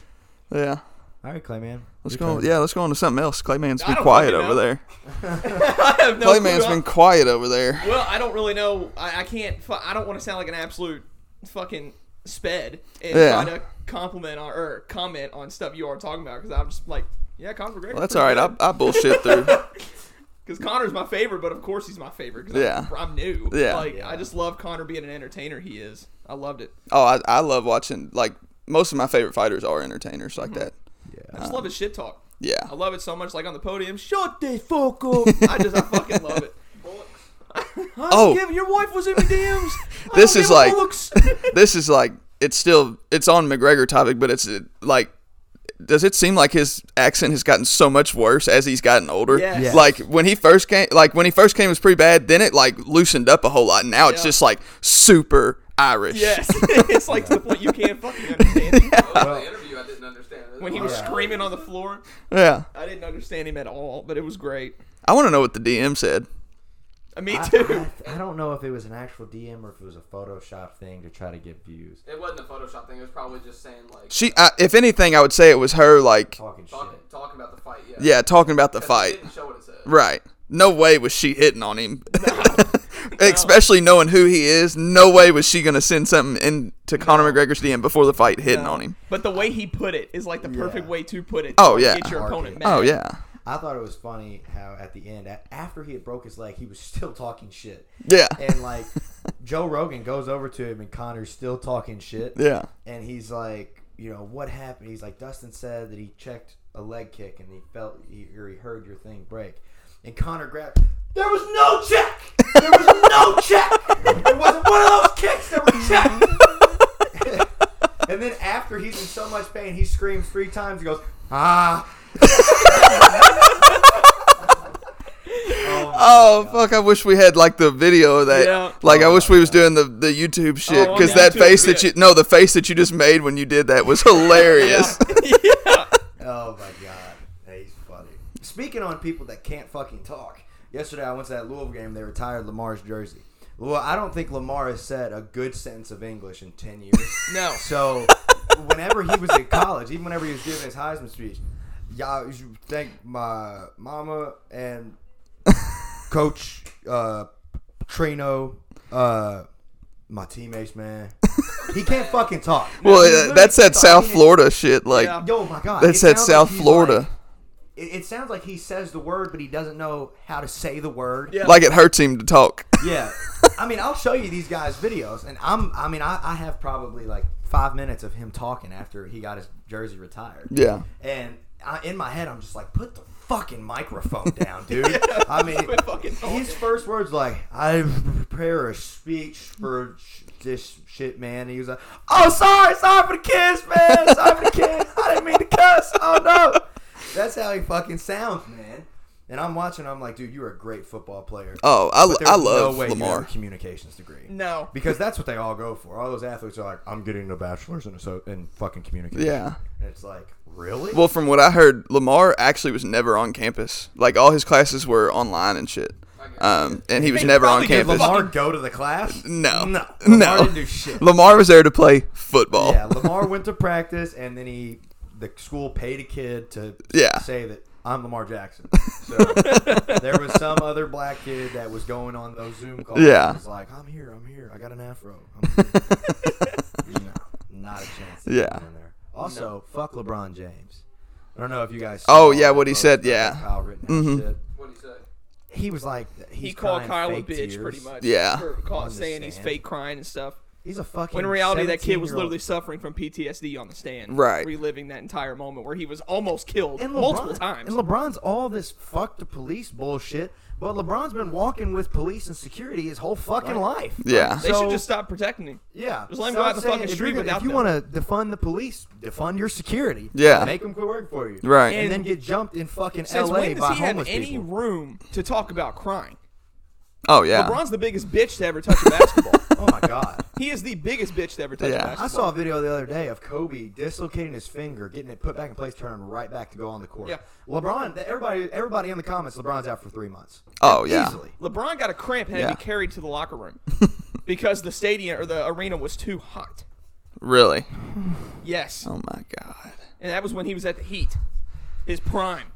Yeah. All right, Clay man. Let's Your go. turn. Yeah, let's go on to something else. Clayman's I been don't quiet fucking over know. there. I have no clue. Clayman's been quiet over there. Well, I don't really know. I, I can't. fu- I don't want to sound like an absolute fucking sped and Yeah. try to compliment on or comment on stuff you are talking about because I'm just like, yeah, Conor McGregor. Well, that's all right. I, I bullshit through. Because Conor's my favorite, but of course he's my favorite because Yeah. I'm, I'm new. Yeah. Like I just love Conor being an entertainer. He is. I loved it. Oh, I, I love watching. Like most of my favorite fighters are entertainers like Mm-hmm. that. I just love his shit talk. Yeah. I love it so much. Like on the podium, shut the fuck up. I just I fucking love it. I Oh. oh, give, your wife was in my DMs. I This don't is give a like- looks. This is like it's still it's on McGregor topic, but it's uh, like. Does it seem like his accent has gotten so much worse as he's gotten older? Yes. Yes. Like when he first came, like when he first came it was pretty bad. Then it like loosened up a whole lot. Now it's Yeah. just like super Irish. yes, it's like to the point you can't fucking understand. him. the interview, I didn't understand. it. When he was Yeah. screaming on the floor, Yeah. I didn't understand him at all, but it was great. I want to know what the DM said. Uh, Me I, too. I, I don't know if it was an actual DM or if it was a Photoshop thing to try to get views. It wasn't a Photoshop thing. It was probably just saying like She, I, if anything, I would say it was her, like, Talking talking, shit. talking about the fight. Yeah. yeah, talking about the 'Cause it fight. Didn't show what it said. Right. No way was she hitting on him. Especially knowing who he is, no way was she going to send something into Conor McGregor's DM before the fight hitting on him. But the way he put it is like the perfect Yeah. way to put it. Oh, to yeah. Get your Market. opponent mad. Oh, yeah. I thought it was funny how at the end, a- after he had broke his leg, he was still talking shit. Yeah. And like Joe Rogan goes over to him and Connor's still talking shit. Yeah. and he's like, you know, what happened? He's like, Dustin said that he checked a leg kick and he felt he, or he heard your thing break. And Connor grabbed. There was no check. There was no check. There wasn't one of those kicks that were checked. and then after he's in so much pain, he screams three times. He goes, ah. oh, Oh fuck! I wish we had like the video of that. Yeah. Like I wish we was doing the, the YouTube shit Oh, on because the that YouTube face that you shit. no the face that you just made when you did that was hilarious. yeah. Oh my god, Hey, he's funny. Speaking on people that can't fucking talk. Yesterday, I went to that Louisville game. They retired Lamar's jersey. Well, I don't think Lamar has said a good sentence of English in ten years. No. So, whenever he was in college, even whenever he was giving his Heisman speech, y'all you should thank my mama and Coach uh, Trino, uh, my teammates, man. He can't fucking talk. well, He uh, literally that's that can't talk. South He- Florida shit. Like Yeah. Yo, my God. that's it that sounds South like he's Florida. like- it, it sounds like he says the word, but he doesn't know how to say the word. Yeah. like it hurts him to talk. Yeah. I mean, I'll show you these guys' videos, and I'm, I mean, I, I have probably like five minutes of him talking after he got his jersey retired. Yeah. And I, in my head, I'm just like, put the fucking microphone down, dude. I mean, Quit fucking talking. his first words like, "I prepare a speech for sh- this shit, man." And he was like, "Oh, sorry, sorry for the kids, man. Sorry for the kids. I didn't mean to cuss. Oh no." That's how he fucking sounds, man. And I'm watching. I'm like, dude, you're a great football player. Oh, I, But I there's love no way You have Lamar. a communications degree. Oh. No. Because that's what they all go for. All those athletes are like, I'm getting a bachelor's in, so in fucking communication. Yeah. And it's like, really? Well, from what I heard, Lamar actually was never on campus. Like all his classes were online and shit. Um, and he was They never on probably give campus. Lamar go to the class? No. No. No. Lamar didn't do shit. Lamar was there to play football. yeah, Lamar went to practice, and then he, the school paid a kid to Yeah. say that I'm Lamar Jackson. So there was some other black kid that was going on those Zoom calls. Yeah. and was like, I'm here, I'm here, I got an afro. I'm here." no, not a chance. that Yeah. he's in there. Also, fuck LeBron James. I don't know if you guys. Oh, saw yeah, what he the said, post about yeah. Kyle Rittenhouse Mhm. shit. What'd he say? He was like, he's he called crying Kyle a fake bitch, tears. pretty much. Yeah. For call, saying the he's stand. fake crying and stuff. He's a fucking. When in reality, that kid was 17-year-old. literally suffering from PTSD on the stand. Right. Reliving that entire moment where he was almost killed And LeBron, multiple times. And LeBron's all this fuck the police bullshit, but LeBron's been walking with police and security his whole fucking life. Yeah. they so- should just stop protecting him. Yeah. Just let him so go out I'm the saying, fucking if street you're gonna- without If you them. want to defund the police, defund your security. Yeah. Make them quit work for you. Right. And, then get jumped in fucking Since L.A. when by does he have homeless any people. room to talk about crying? Oh yeah. LeBron's the biggest bitch to ever touch a basketball. Oh my god. he is the biggest bitch to ever touch Yeah. a I basketball. saw a video the other day of Kobe dislocating his finger, getting it put back in place, turning right back to go on the court. Yeah. LeBron, everybody, everybody in the comments, LeBron's out for three months. Oh yeah. Easily. LeBron got a cramp and had to Yeah. be carried to the locker room because the stadium or the arena was too hot. Really. Yes, Oh my god. and that was when he was at the heat, his prime.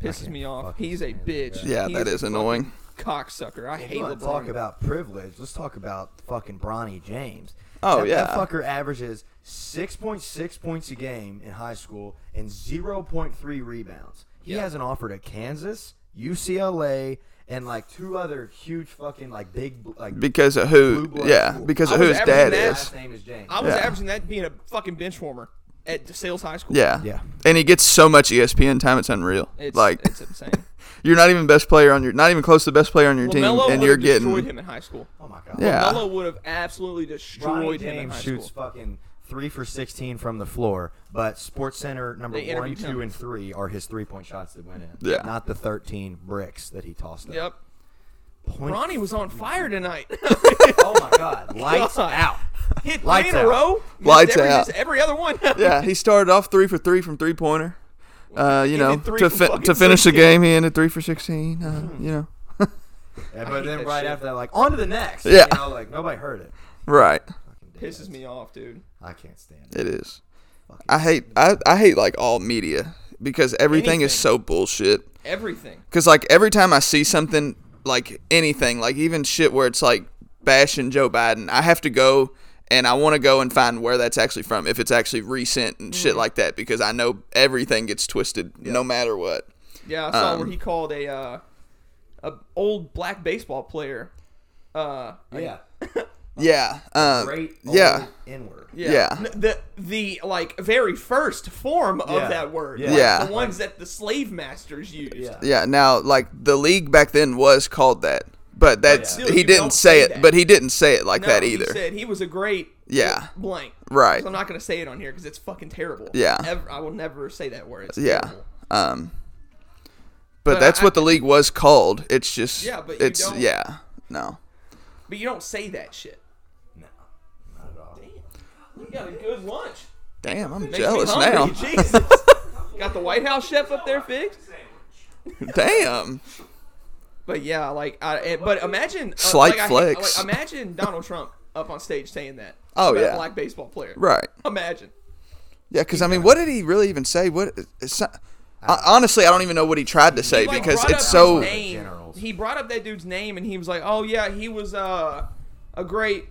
Pisses me off. He's a bitch. Yeah, He that is a annoying. cocksucker. I hate Hey, LeBron. let's talk about privilege. Let's talk about fucking Bronny James. Oh, that, yeah. that fucker averages six point six points a game in high school and zero point three rebounds. He Yeah. has an offer to Kansas, UCLA, and like two other huge fucking like big like. Because of Blue who? blood. Yeah. Because of I who was his averaging dad that. is. last name is James. I was Yeah. averaging that being a fucking bench warmer at DeSales High School. Yeah. Yeah. And he gets so much E ESPN time. It's unreal. it's, like it's insane. you're not even best player on your, not even close to the best player on your Lamelo team, and would you're have destroyed getting. him in high school. oh my god. Yeah. Melo would have absolutely Bronny destroyed him in James high shoots school. fucking three for sixteen from the floor, but Sports Center number They one, interviewed two, him. and three are his three point shots that went in. Yeah. Not the thirteen bricks that he tossed up. Yep. Point- Bronny was on fire tonight. Oh my god. Lights God. out. Hit three Lights in out. a row. missed Lights every, out. missed Every other one. Yeah, he started off three for three from three pointer. Uh, you He know, did three to from fin fucking Hmm. to finish the 16. game, he ended three for sixteen. Uh, you know, And, hate but then that right shit. after that, like on to the next. Yeah. You know, like nobody heard it. right? Pisses me off, dude. I can't stand it. It is. Fucking I hate I, I hate like all media because everything Anything. is so bullshit. Everything. Cause like every time I see something like anything, like even shit where it's like bashing Joe Biden, I have to go and I want to go and find where that's actually from, if it's actually recent and Hmm. shit like that, because I know everything gets twisted no matter what. Yeah, I saw Um, where he called a uh, a old black baseball player. Uh, Yeah. Yeah. Um, Great old yeah. N-word. yeah. Yeah. N- The the like very first form of Yeah. that word. Yeah. Like, Yeah. The ones that the slave masters used. Yeah. Yeah. Now, like the league back then was called that, but that's Still, he you didn't don't say say it. that. But he didn't say it like No, that He either. said he was a great Yeah. blank. Right. So I'm not gonna say it on here because it's fucking terrible. Yeah. Ever, I will never say that word. It's yeah. terrible. Um. But, But that's I- what the league was called. It's just Yeah, but you it's don't- yeah no But you don't say that shit. No. Not at all. You got a good lunch. damn I'm Makes me jealous hungry, now Jesus. got the White House chef up there fixed. damn But yeah, like, I, it- but imagine uh, Slight like, I hate- flex. like, imagine Donald Trump up on stage saying that. Oh, about yeah. a black baseball player. right Imagine. yeah because I mean what did he really even say what it's not, I, honestly I don't even know what he tried to say He, like, because brought it's up so his name. Generals. He brought up that dude's name and he was like, "Oh yeah, he was uh, a great.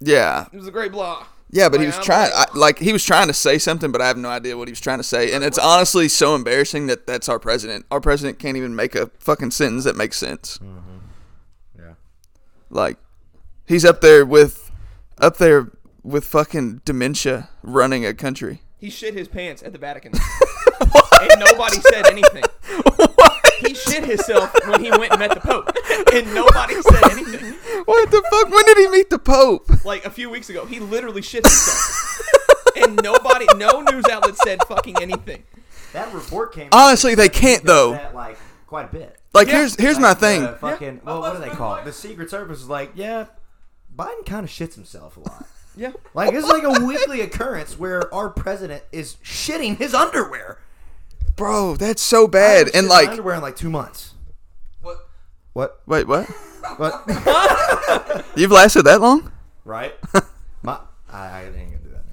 yeah He was a great blah." Yeah, but he Like, was I'm trying, like- I, like he was trying to say something, but I have no idea what he was trying to say, and it's honestly so embarrassing that that's our president. Our president can't even make a fucking sentence that makes sense. Yeah. Like, he's up there with, up there with fucking dementia running a country. He shit his pants at the Vatican. and nobody said anything. He shit himself when he went and met the Pope, and nobody said anything. What the fuck? When did he meet the Pope? Like a few weeks ago, he literally shit himself, and nobody, no news outlet said fucking anything. That report came. Honestly, they can't though. that like quite a bit. Like here's here's my Like, thing. The fucking Yeah. well, what do they call it? Like- The Secret Service is like, yeah, Biden kind of shits himself a lot. Yeah, Like it's like a weekly occurrence where our president is shitting his underwear. Bro, that's so I bad. haven't shit And my like, underwear in like two months. What? What? wait, what? What? You've lasted that long? right? my, I, I didn't even do that.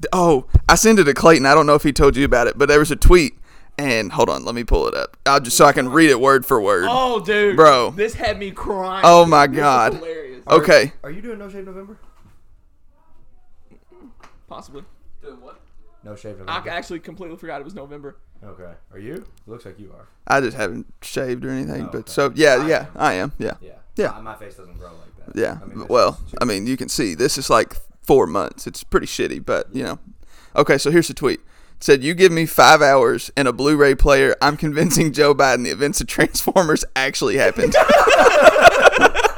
D- Oh, I sent it to Clayton. I don't know if he told you about it, but there was a tweet. And hold on, let me pull it up. I'll just so I can read it word for word. Oh, dude, Bro. this had me crying. Oh my This is God. hilarious. Okay. Are you doing No Shave November? Possibly, Doing what? No Shave I November. actually completely forgot it was November. Okay. Are you? Looks like you are. I just haven't shaved or anything, Oh, but okay. so yeah, yeah, I am. Yeah. Yeah. Yeah. My, my face doesn't grow like that. Yeah. I mean, this well, is- I mean, you can see this is like four months. It's pretty shitty, but you know. Okay, so here's the tweet. It said, "You give me five hours and a Blu-ray player. I'm convincing Joe Biden the events of Transformers actually happened." Oh my God.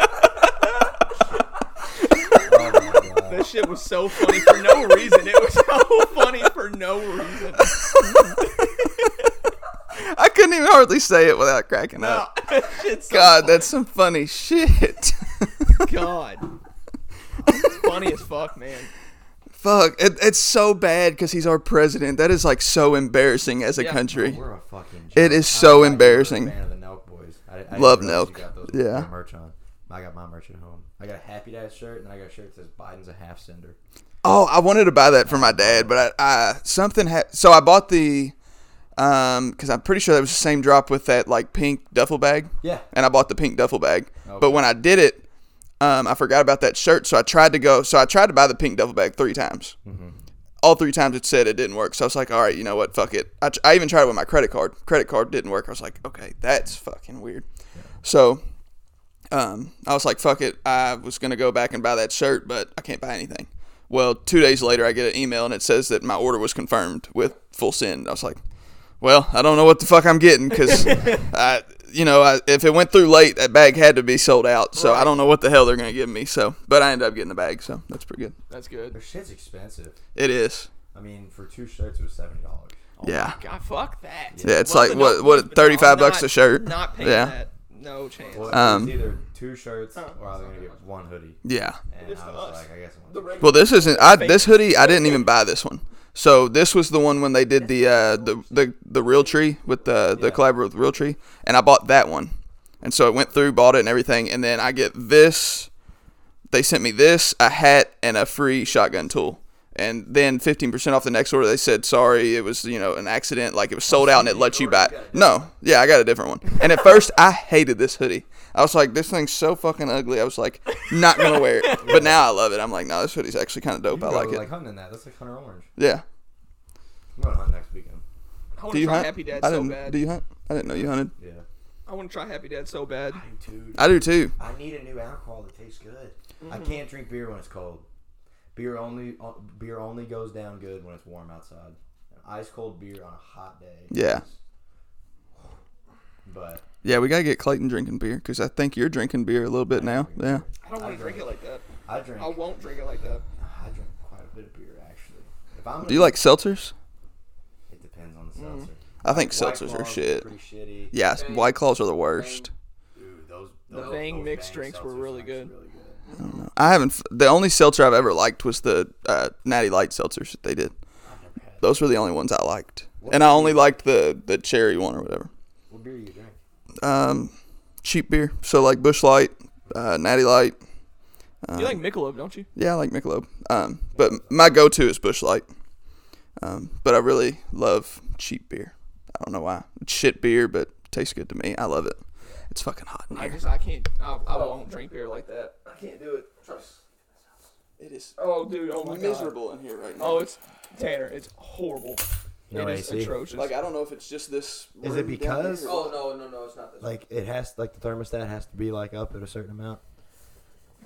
That shit was so funny for no reason. It was so funny for no reason. I couldn't even hardly say it without cracking Oh, up. that shit's so God, that's some funny shit. God. It's funny as fuck, man. Fuck, it, it's so bad because he's our president. That is like so embarrassing as a Yeah. country. We're a fucking. It joke. is I'm so actually a embarrassing. Fan of the Nelk boys. I, I didn't Love realize you Nelk. got those Yeah. my Merch on. I got my merch at home. I got a happy dad shirt and I got a shirt that says Biden's a half sender. Oh, I wanted to buy that for my dad, but I, I something ha- so I bought the um because I'm pretty sure that was the same drop with that like pink duffel bag. Yeah. And I bought the pink duffel bag, Okay. but when I did it, um, I forgot about that shirt, so I tried to go. So I tried to buy the pink duffel bag three times. All three times it said it didn't work. So I was like, all right, you know what? Fuck it. I, tr- I even tried it with my credit card. Credit card didn't work. I was like, okay, that's fucking weird. So um, I was like, fuck it. I was going to go back and buy that shirt, but I can't buy anything. Well, two days later, I get an email and it says that my order was confirmed with full send. I was like, well, I don't know what the fuck I'm getting because, you know, I, if it went through late, that bag had to be sold out. So I don't know what the hell they're going to give me. So, but I ended up getting the bag. So that's pretty good. That's good. Their shit's expensive. It is. I mean, for two shirts it was seventy dollars. yeah. Oh God, fuck that. Yeah, it's Love like, the what- Dunk what, Boys, but no, 35 bucks not- a shirt? Not paying Yeah. that. No chance. Well, it Um, was either two shirts Huh. or I was gonna get one hoodie. Yeah. And It's I to was Oh. us. like, I guess I'm The regular- Well, this isn't. I this hoodie. I didn't even buy this one. So this was the one when they did the uh, the, the the real tree with the the collab with real tree, and I bought that one, and so it went through, bought it and everything, and then I get this. They sent me this, a hat, and a free shotgun tool, and then fifteen percent off the next order. They said sorry, it was you know an accident, like it was sold out, and it lets you buy. It. No, yeah, I got a different one. And at first, I hated this hoodie. I was like, this thing's so fucking ugly. I was like, not gonna wear it. But now I love it. I'm like, no, this hoodie's actually kind of dope. I You like go, it. Like hunting in that. That's like Hunter Orange. yeah. I'm gonna hunt next weekend. I want Do to you try hunt? Happy Dad I so didn't. bad. Do you hunt? I didn't know you hunted. Yeah. I want to try Happy Dad so bad. Dude, I do too. I need a new alcohol that tastes good. I can't drink beer when it's cold. Beer only uh, beer only goes down good when it's warm outside. An ice cold beer on a hot day. Yeah. is- But Yeah, we gotta get Clayton drinking beer because I think you're drinking beer a little bit now. Yeah. I don't want to drink it like that. I drink I won't drink it like that. I drink quite a bit of beer actually. If I'm Do you like seltzers? it depends on the seltzer. I Mm-hmm. think White seltzers are Claws shit. Pretty shitty. Yeah, s- Bang. white claws are the worst. Dude, those, The those, Bang those mixed Bang drinks were seltzers really are good. really good. I don't know. I haven't. f- The only seltzer I've ever liked was the uh, Natty Light seltzers that they did. I've never had. Those were the only ones I liked, and I only liked the the cherry one or whatever. What beer do you drink? Um, cheap beer, so like Bush Light, uh, Natty Light. you like Michelob, don't you? Yeah, I like Michelob. Um, but my go-to is Bush Light. Um, but I really love cheap beer. I don't know why. It's shit beer, but it tastes good to me. I love it. It's fucking hot in I here. just I can't. I, I won't drink beer like that. I can't do it. Trust. It is Oh, dude. Oh my god. miserable in here right now. Oh, it's Tanner. It's horrible. No it is AC. atrocious. Like I don't know if it's just this. Is it room down because- here or Oh what. no, no, no, it's not this. Like it has like the thermostat has to be like up at a certain amount.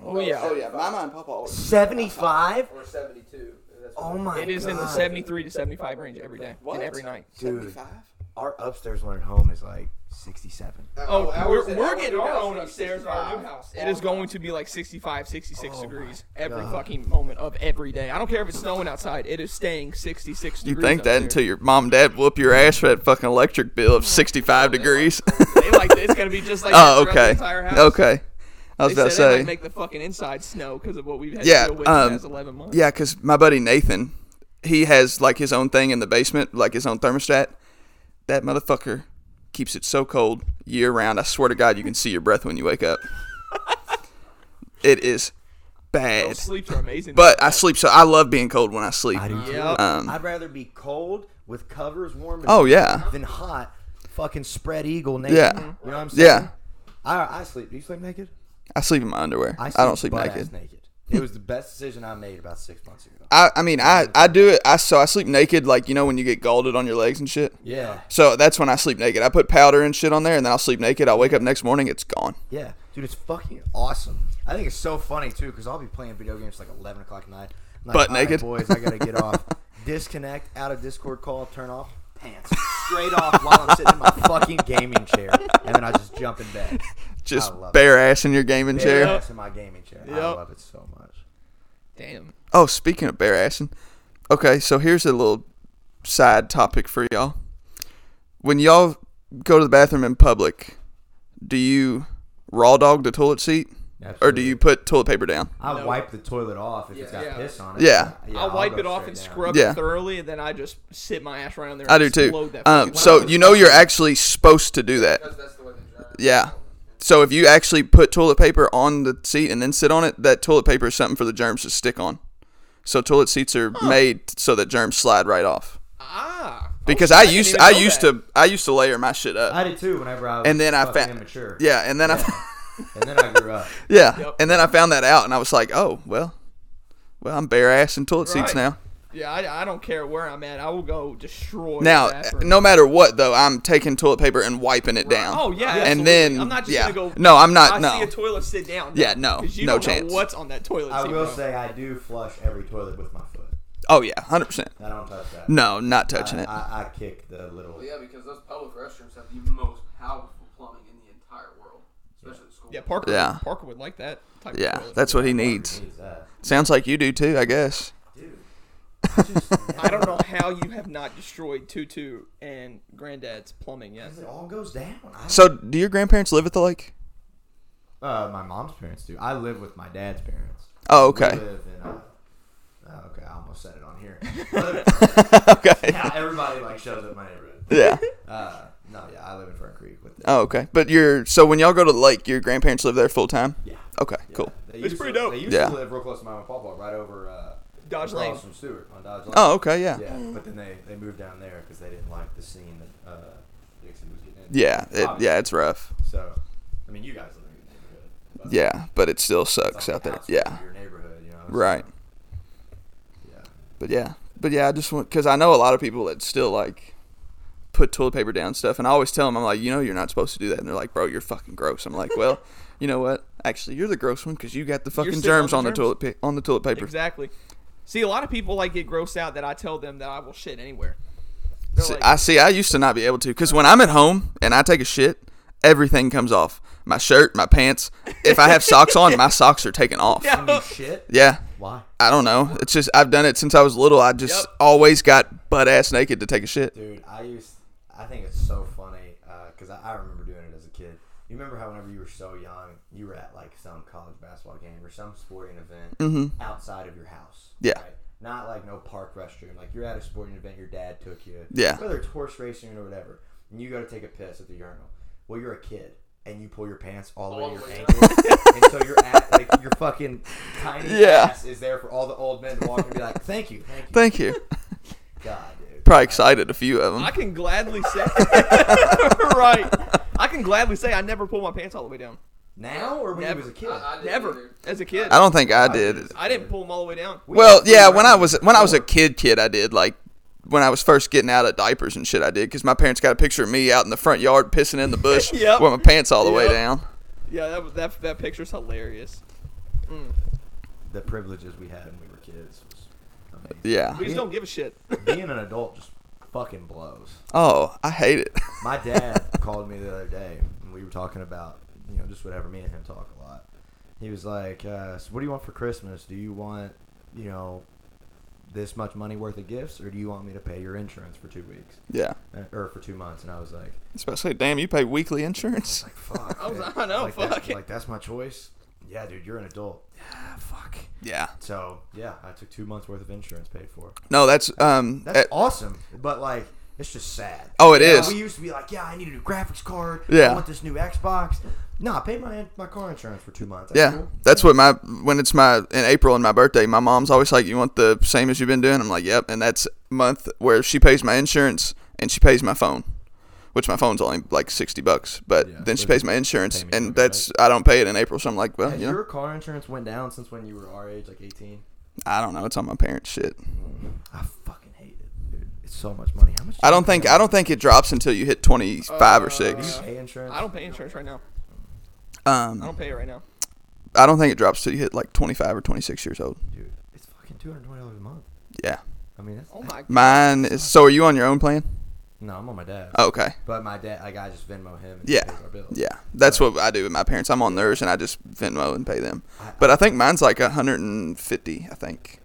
oh yeah. Oh yeah, my mind pop always. Seventy five? Or 72. That's what Oh I- my! It is in the God. 73 to 75 range every day and every night. Dude, 75? our upstairs one at home is like sixty-seven. Oh, ours we're, is- we're our getting new our house own is upstairs in our new 65. house. It is going to be like 65, 66 Oh my degrees every God. fucking moment of every day. I don't care if it's snowing outside. It is staying 66 You degrees. think that until upstairs. your mom and dad whoop your ass for that fucking electric bill of 65 degrees? They like it's gonna be just like oh, that throughout the okay. entire house. Okay. I was They about to said it might say. make the fucking inside snow because of what we've had Yeah, to deal with um, the past 11 months. Yeah, because my buddy Nathan, he has like his own thing in the basement, like his own thermostat. That motherfucker keeps it so cold year round. I swear to God, you can see your breath when you wake up. it is Those bad. sleeps are amazing. But I sleep so I love being cold when I sleep. I do too. Yep. Um, I'd rather be cold with covers warm. and- oh yeah, Than hot, fucking spread eagle naked. Yeah. You know what I'm saying? yeah. I, I sleep. Do you sleep naked? I sleep in my underwear. I, don't sleep naked. butt-ass naked. It was the best decision I made about six months ago. I, I mean I, I do it. I so I sleep naked like you know when you get scalded on your legs and shit. Yeah. So that's when I sleep naked. I put powder and shit on there, and then I'll sleep naked. I'll wake up next morning, it's gone. Yeah, dude, it's fucking awesome. I think it's so funny too because I'll be playing video games like eleven o'clock at night. I'm like, Butt "All right, naked." boys. I gotta get off. Disconnect out of Discord call. Turn off pants straight off while I'm sitting in my fucking gaming chair, and then I just jump in bed. Just I love bare ass in your gaming chair. Bare ass in my gaming chair. I Yep. love it so much. Damn. Oh, speaking of bare assing, okay, so here's a little side topic for y'all. When y'all go to the bathroom in public, do you raw dog the toilet seat, or do Absolutely. you put toilet paper down? I No. wipe the toilet off if it's got Yeah. piss on it. Yeah. I'll wipe go it off straight and down. scrub Yeah. it thoroughly, and then I just sit my ass right on there. And I do explode too. That Um, fucking so thing. you know you're actually supposed to do that. Because that's the way they drive. Yeah. So if you actually put toilet paper on the seat and then sit on it, that toilet paper is something for the germs to stick on. So toilet seats are made so that germs slide right off. ah Because oh, I didn't used even I know used that. to I used to layer my shit up. I did too. Whenever I was And then I fucking fa- immature. Yeah, and then I And then I grew up. Yeah. Yep. And then I found that out and I was like, "Oh, well. Well, I'm bare ass in toilet seats Right. now." Yeah, I, I don't care where I'm at. I will go destroy. the Now, bathroom. no matter what though, I'm taking toilet paper and wiping it down. Oh yeah, And absolutely. then I'm not just yeah. gonna go. No, I'm not I no. see a toilet, sit down. Yeah, no, 'cause you no don't know chance. what's on that toilet? I seat, will bro. say I do flush every toilet with my foot. oh yeah, 100%. I don't touch that. No, not I, touching it. I, I kick the little. Well, yeah, because those public restrooms have the most powerful plumbing in the entire world, especially the school. Yeah, Parker. Yeah. Parker would like that. Type of Yeah, toilet. that's what he needs. Needs that. Sounds like you do too, I guess. uh, Dude, I just- I don't know how you have not destroyed Tutu and Granddad's plumbing yet. It all goes down. I- So, do your grandparents live at the lake? uh, my mom's parents do. I live with my dad's parents. Oh, We okay. live in, uh, oh, okay, I almost said it on here. okay. yeah, everybody like shows up my neighborhood. Yeah. Uh, no, yeah, I live in Front Creek with. Them. Oh, okay. But you're so when y'all go to the lake, your grandparents live there full time. Yeah. Okay. Cool. They It's used pretty to, dope. They used Yeah. to live real close to my mom and pop right over uh, Dodge across Lane. from Stewart on Dodge Lane. Oh, okay. Yeah. Yeah, but then they, they moved down there because they didn't like the scene that uh, Dixon was getting into. Yeah. It, yeah. It's rough. So, I mean, you guys live in the neighborhood. but Yeah, but it still it's sucks on out the there. outskirts Yeah. of Your neighborhood, you know. so, Right. Yeah. But yeah. But yeah, I just want because I know a lot of people that still like put toilet paper down and stuff, and I always tell them I'm like, you know, you're not supposed to do that, and they're like, bro, you're fucking gross. I'm like, well, you know what? Actually, you're the gross one because you got the fucking sitting on germs the on the, germs. toilet pa- on the toilet paper. Exactly. See, a lot of people like get grossed out that I tell them that I will shit anywhere. They're See, like, I see. I used to not be able to because when I'm at home and I take a shit, everything comes off. My shirt, my pants. If I have socks on, my socks are taken off. Yeah. Yeah. I mean, shit. Why, I don't know. It's just I've done it since I was little. I just Yep. always got butt ass naked to take a shit. dude? I used. I think it's so funny because I, I remember doing it as a kid. You remember how whenever you were so young, you were at like some college basketball game or some sporting event outside of your house. Mm-hmm. Yeah. right? Not like no park restroom. Like you're at a sporting event, your dad took you. Yeah. Whether it's horse racing or whatever, and you go to take a piss at the urinal. Well, you're a kid. And you pull your pants all the way All to your the way ankles, and so your at, like your fucking tiny Yeah. ass is there for all the old men to walk and be like, "Thank you, thank you, Thank you. God, dude." Probably excited a few of I them. can gladly say, right? I can gladly say I never pull my pants all the way down. Now or when Never. he was a kid? I, I didn't Never, either. as a kid. I don't think I did. I didn't pull them all the way down. Well, yeah, when I was when I was a kid, kid, I did like when I was first getting out of diapers and shit. I did because my parents got a picture of me out in the front yard pissing in the bush Yep. with my pants all the way Yep. down. Yeah, that was- that that picture's hilarious. the privileges we had when we were kids was Yeah. We just don't give a shit. Being an adult just fucking blows. Oh, I hate it. My dad called me the other day, and we were talking about, you know, just whatever. Me and him talk a lot. He was like, uh, so "What do you want for Christmas? Do you want, you know, this much money worth of gifts, or do you want me to pay your insurance for two weeks yeah. Uh, or for two months?" And I was like, Especially, damn, you pay weekly insurance. "Like fuck." I was- man. I know, Like, that's- fuck it. like that's my choice. Yeah, dude, you're an adult. Yeah, fuck. Yeah. So yeah, I took two months worth of insurance paid for. No, that's um. That's eh, awesome, but like it's just sad. Oh, it it is. is. We used to be like, yeah, I need a new graphics card. Yeah. I want this new Xbox. No, I paid my my car insurance for two months. That's yeah, cool. that's what my when it's my in April and my birthday, my mom's always like, "You want the same as you've been doing?" I'm like, "Yep." And that's month where she pays my insurance and she pays my phone, which my phone's only like sixty bucks, but Yeah, then she but pays my insurance, pay me and back. that's I don't pay it in April, so I'm like, "Well, Has you know, your car insurance went down since when you were our age, like eighteen? I don't know. It's on my parents' shit. I fucking hate it, dude. It's so much money. How much? do I you don't pay think on- I don't think it drops until you hit twenty five or Do you six. pay insurance? I don't pay insurance right now. Uh, I Um, don't pay it right now. I don't think it drops till you hit like twenty five or twenty six years old. Dude, it's fucking two hundred twenty dollars a month. Yeah, I mean, that's Oh my god. mine is. So are you on your own plan? no. I'm on my dad, Okay. but my dad, like, I just Venmo him. And he Oh. Yeah. pays our bills. Yeah, that's what I do with my parents. I'm on theirs and I just Venmo and pay them. I- But I think mine's like 150. I think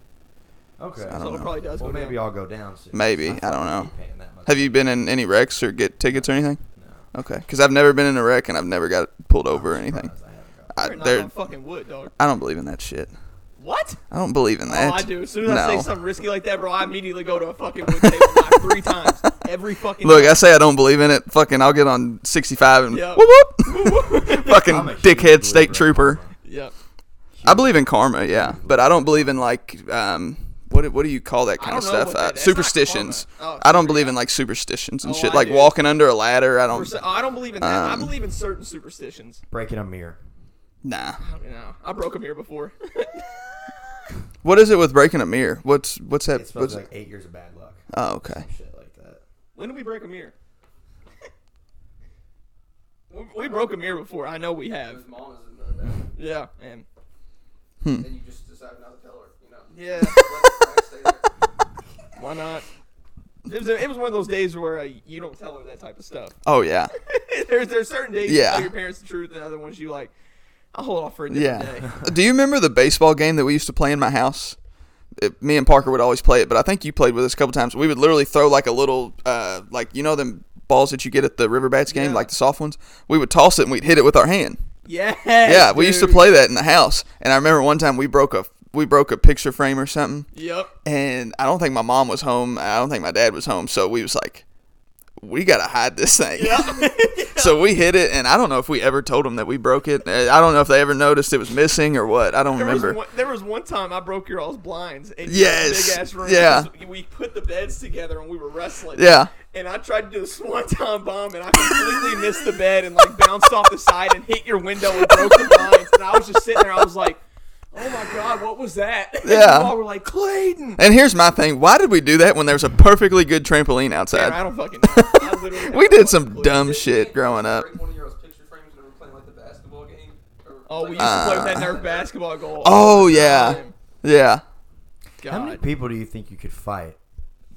Okay. I don't So it know. probably does well, go maybe down. I'll go down soon. maybe I don't I'll know. keep paying that much. Have you been in any wrecks or get tickets or anything? No. Okay, because I've never been in a wreck and I've never got pulled over or I'm anything. surprised I haven't got- I, You're not there, on fucking wood, dog. I don't believe in that shit. What? I don't believe in that. Oh, I do. As soon as I No. say something risky like that, bro, I immediately go to a fucking wood table knock three times. Every fucking Look, I time. say I don't believe in it. Fucking, I'll get on 65 and Yep. whoop whoop. fucking I'm a huge dickhead state believer in trooper. karma. Yep. I believe in karma, yeah, but I don't believe in like um what do- what do you call that kind don't of know stuff? what that- Uh, that's not superstitions. karma. Oh, I don't sorry, believe yeah. in like superstitions and Oh, shit, I like do. walking under a ladder. I For don't. se- I don't believe in that. Um, I believe in certain superstitions. Breaking a mirror. Nah. I don't know. I broke them here before. What is it with breaking a mirror? What's what's that? It What's, smells like eight years of bad luck. oh, okay. Some shit like that. when did we break a mirror? We- we broke a mirror before. I know we have. His mom isn't doing that. Yeah, and Hmm. And you just decide not to tell her, you know? yeah, Let her stay there. why not? It was, it was one of those days where uh, you don't tell her that type of stuff. Oh yeah, there's there's certain days Yeah. you tell your parents the truth, and other ones you like. I'll hold off for a different day. yeah. do you remember the baseball game that we used to play in my house? It, me and Parker would always play it, but I think you played with us a couple times. We would literally throw like a little, uh, like you know them balls that you get at the river bats game, Yeah. like the soft ones. We would toss it and we'd hit it with our hand. Yeah. Yeah, we used to dude. play that in the house, and I remember one time we broke a we broke a picture frame or something, Yep. and I don't think my mom was home. and I don't think my dad was home, so we was like, we gotta hide this thing. so we hid it, and I don't know if we ever told them that we broke it. Uh, I don't know if they ever noticed it was missing or what. I don't There was, remember. one, there was one time I broke your all's blinds in Yes, big ass room. yeah. 'cause We put the beds together and we were wrestling. Yeah. And I tried to do a swanton bomb and I completely missed the bed and like bounced off the side and hit your window and broke the blinds. And I was just sitting there. I was like, "Oh my god, what was that?" And you Yeah. all were like, "Clayton." And here's my thing: Why did we do that when there was a perfectly good trampoline Man, I outside? don't fucking. Know. I literally have We no did fucking some clue. dumb shit growing up. Break one of your picture frames when we were playing, like, the basketball game. Or, Oh, we like, used to play with that Nerf basketball goal. Uh, Oh yeah, yeah. God. How many people do you think you could fight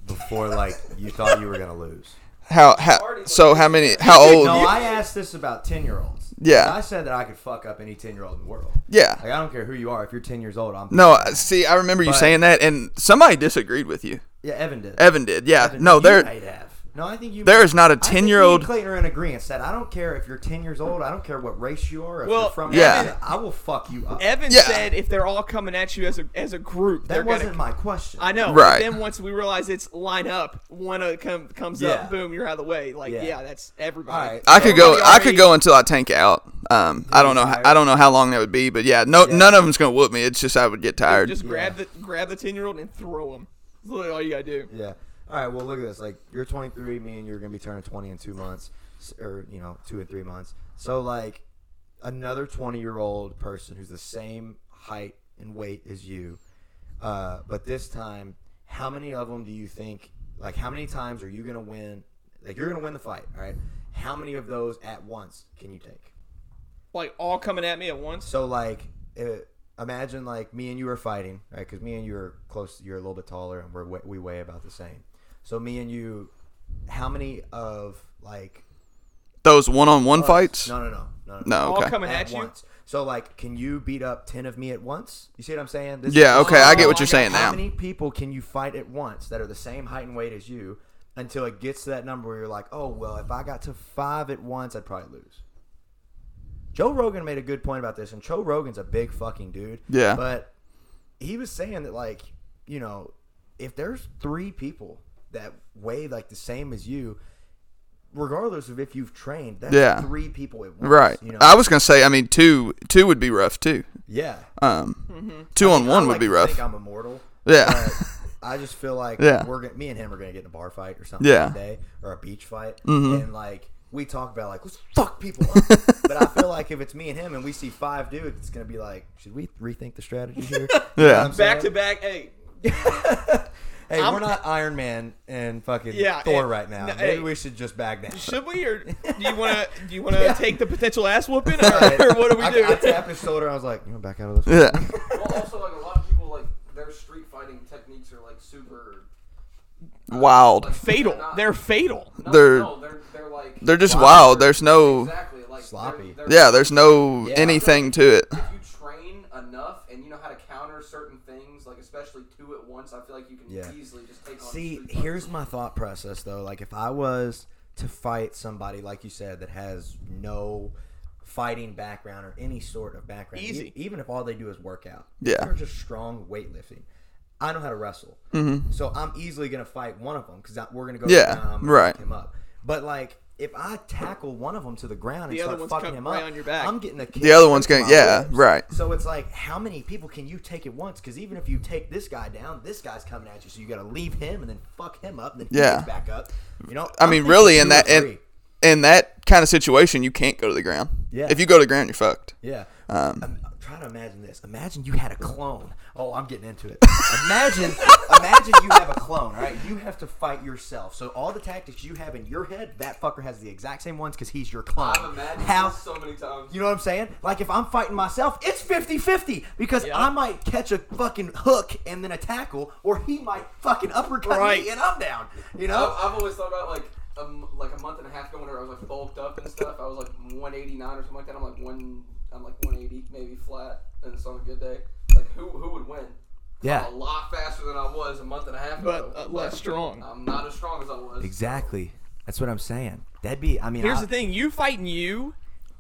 before like you thought you were gonna lose? How how? So how many? How old? No, I asked this about ten year olds. Yeah. I said that I could fuck up any ten year old in the world. Yeah. Like I don't care who you are. If you're ten years old, I'm No, I- see, I remember you But- saying that, and somebody disagreed with you. Yeah, Evan did. Evan did, yeah. Evan, no, you there, might have. No, I think you. there might- is not a I think me 10 year and old. Clayton are in agreement. Said I don't care if you're ten years old. I don't care what race you are. If Well, you're from Yeah. Evan, I will fuck you up. Evan Yeah. said if they're all coming at you as a as a group, they're that wasn't gonna. my question. I know. but Right. then once we realize it's line up, one uh, come, comes Yeah. up, boom, you're out of the way. Like, yeah, Yeah. that's everybody. All right. I could go. Everybody I could already- go until I tank out. Um, I don't know. h- I don't know how long that would be, but yeah, no, Yeah. none of them's gonna whoop me. It's just I would get tired. Just grab the grab the ten year old and throw him. That's literally all you gotta do. Yeah. All right. Well, look at this. Like you're 23. Me and you're gonna be turning 20 in two months, s- or you know, two and three months. So like, another 20 year old person who's the same height and weight as you, uh, but this time, how many of them do you think? Like, how many times are you gonna win? Like, you're gonna win the fight. All right. How many of those at once can you take? Like all coming at me at once. So like, uh, imagine like me and you are fighting, right? Because me and you are close. You're a little bit taller, and we're wa- we weigh about the same. So me and you, how many of like Those one-on-one us- fights? No, no, no, no, no. No, All okay. coming at, At you. once. So like, can you beat up ten of me at once? You see what I'm saying? This Yeah, okay, I get what Oh, you're got- saying now. how many people can you fight at once that are the same height and weight as you until it gets to that number where you're like, oh well, if I got to five at once, I'd probably lose. Joe Rogan made a good point about this, and Joe Rogan's a big fucking dude. Yeah. But he was saying that like, you know, if there's three people that weigh like the same as you, regardless of if you've trained, that's Yeah. three people at once. Right. You know? I was gonna say. I mean, two two would be rough too. Yeah. Um, two on one I would like be to rough. Think I'm immortal. Yeah. but I just feel like Yeah. we're gonna, me and him are gonna get in a bar fight or something Yeah. Mm-hmm. one day or a beach fight, and like we talk about like let's fuck people up. but I feel like if it's me and him and we see five dudes, it's gonna be like, should we rethink the strategy here? You know Yeah. what I'm Back to saying? back. Hey, Hey, I'm- we're not Iron Man and fucking Yeah, Thor it- right now. no, Maybe hey. we should just back down. should we or do you want to? Do you want to Yeah. take the potential ass whooping or, or what do we I, do? I tapped his shoulder. I was like, "You want to back out of this?" Yeah. Well, also like a lot of people like their street fighting techniques are like super. Wild. Like, fatal. not- They're fatal. No, They're- no, they're they're like They're just Wow. wild. There's no. exactly like they're- Sloppy. they're- Yeah. There's no Yeah. anything to it. If you train enough and you know how to counter certain things, like especially two at once, I feel like you can Yeah. easily just take on. See, street here's fighters. my thought process though. Like if I was to fight somebody like you said that has no fighting background or any sort of background, e- Easy. even if all they do is work out. Yeah. They're just strong weightlifting. I know how to wrestle. So I'm easily going to fight one of them cuz we're going to go to the Mm-hmm. Yeah, ground, I'm gonna right. knock him up. But like if I tackle one of them to the ground The and other start one's fucking come him right up, on your back. I'm getting a kick The other one's straight to gonna- my yeah, ribs. right. So it's like, how many people can you take at once? Because even if you take this guy down, this guy's coming at you, so you got to leave him and then fuck him up, and then he Yeah. gets back up. You know, I I'm mean, thinking really, two in or that in, three. in that kind of situation, you can't go to the ground. Yeah. If you go to the ground, you're fucked. yeah. Um, I'm, I'm trying to imagine this. Imagine you had a clone. Oh, I'm getting into it. Imagine, imagine you have a clone. All right, you have to fight yourself. So all the tactics you have in your head, that fucker has the exact same ones because he's your clone. I've imagined How this so many times. You know what I'm saying? Like if I'm fighting myself, it's 50-50 because Yeah. I might catch a fucking hook and then a tackle, or he might fucking uppercut Right. Oh, me and I'm down. You know? I've, I've always thought about like a, m- like a month and a half ago whenever I was like bulked up and stuff. I was like 189 or something like that. I'm like one, I'm like 180 maybe flat, and it's on a good day. Like who who would win? Yeah. I'm a lot faster than I was a month and a half ago, But, uh, less strong. I'm not as strong as I was. Exactly. That's what I'm saying. That'd be. I mean, Here's I- the thing: you fighting you,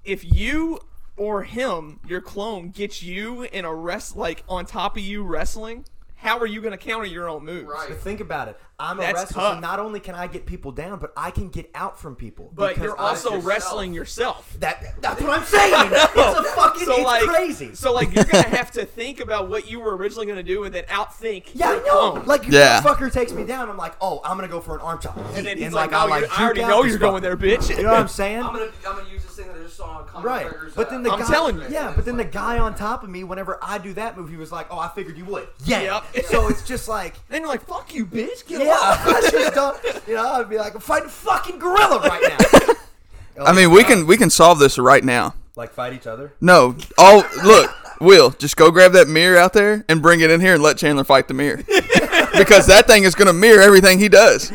if you or him, your clone, gets you in a rest like on top of you wrestling, how are you gonna counter your own moves? Right. But think about it. I'm a That's wrestler, so tough. not only can I get people down, but I can get out from people. But because you're I- also yourself. wrestling yourself. that. That's what I'm saying. It's a fucking. So it's like crazy. So like you're gonna have to think about what you were originally gonna do and then outthink. Yeah, your I know. clone. Like, if Yeah. that fucker takes me down. I'm like, oh, I'm gonna go for an arm chop. and then he's And, like, I, "Oh, you- like, I already juke out know this you're going fucker. there, bitch. You know what I'm saying? I'm gonna I'm gonna use this thing that I just saw on Conor Right, McGregor's, but uh, then the I'm guy, telling you. yeah, but then the guy on top of me, whenever I do that move, he was like, "Oh, I figured you would." Yeah. Yep. So it's just like, then you're like, "Fuck you, bitch! Get yeah, off!" I should've done- you know, I'd be like, "I'm fighting a fucking gorilla right now." Oh, I mean, we can we can solve this right now. like fight each other. No. All look, Will, just go grab that mirror out there and bring it in here and let Chandler fight the mirror. because that thing is gonna mirror everything he does.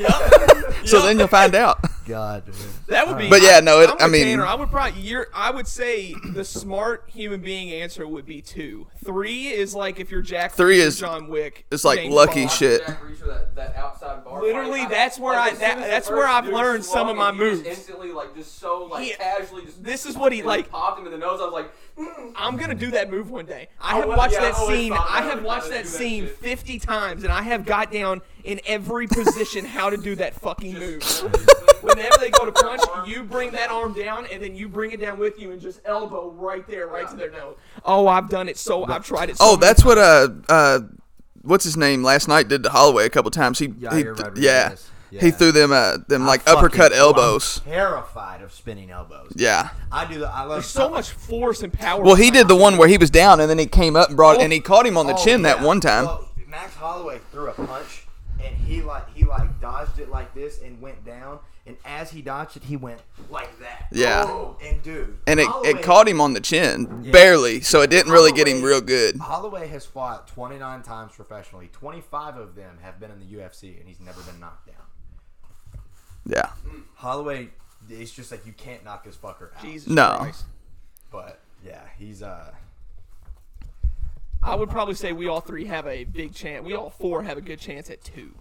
so then you'll find out. God, dude. That would be. But yeah, no, it- I'm I with mean- Tanner. I would probably. You're, I would say the smart human being answer would be two. Three is like if you're Jack. Three Reacher, is- John Wick. it's like James lucky Bond. shit. Jack Reacher, that, that outside bar Literally, fight, that's where I- like, as that- soon as the that's first where I've dude learned some swung of my and he just moves. Instantly, like just so like He- casually, just This is what he and like. popped him in the nose. I was like, mm. I'm gonna do that move one day. I have well, watched yeah, that I always scene. thought I that have was watched how to that do that scene shit. 50 times, and I have got down in every position how to do that fucking move. Whenever they go to punch, you bring that arm down, and then you bring it down with you, and just elbow right there, right to their nose. Oh, I've done it. So I've tried it. So Oh, many that's what uh uh what's his name last night did to Holloway a couple times. He, he Yair th- Rodriguez. yeah. He Yeah. threw them uh them I like fucking- uppercut I'm elbows. terrified of spinning elbows. Yeah. I do. The, I love There's so much force and power. Well, he did the one where he was down and then he came up and brought Oh. and he caught him on the Oh, chin that yeah. one time. Well, Max Holloway threw a punch, and he like he like dodged it like this and went down, and as he dodged it, he went like that. Yeah. Oh, and dude, And it, Holloway- it caught him on the chin, barely, so it didn't really get him real good. Holloway has fought 29 times professionally. 25 of them have been in the UFC, and he's never been knocked down. Yeah. Holloway, it's just like you can't knock this fucker out. Jesus No. Christ. But yeah, he's uh, I would probably say we all three have a big chance. We all four have a good chance at two.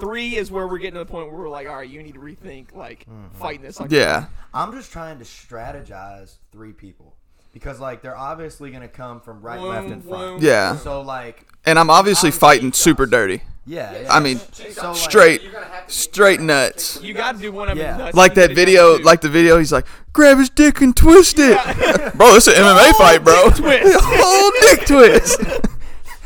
Three is where we're getting to the point where we're like, all right, you need to rethink like Hmm. fighting this. Like, Yeah. I'm just trying to strategize three people because like they're obviously gonna come from right, Whoa, left, and front. whoa. Yeah. So like, And I'm obviously fighting super dirty. yeah, yeah. I mean, So, like- straight, You're gonna have to straight nuts. you got to do one of Yeah. them. nuts. Like You that gotta do video, two. like the video, he's like, grab his dick and twist it. Yeah. Bro, this is an MMA fight, bro. dick twist. Whole dick twist.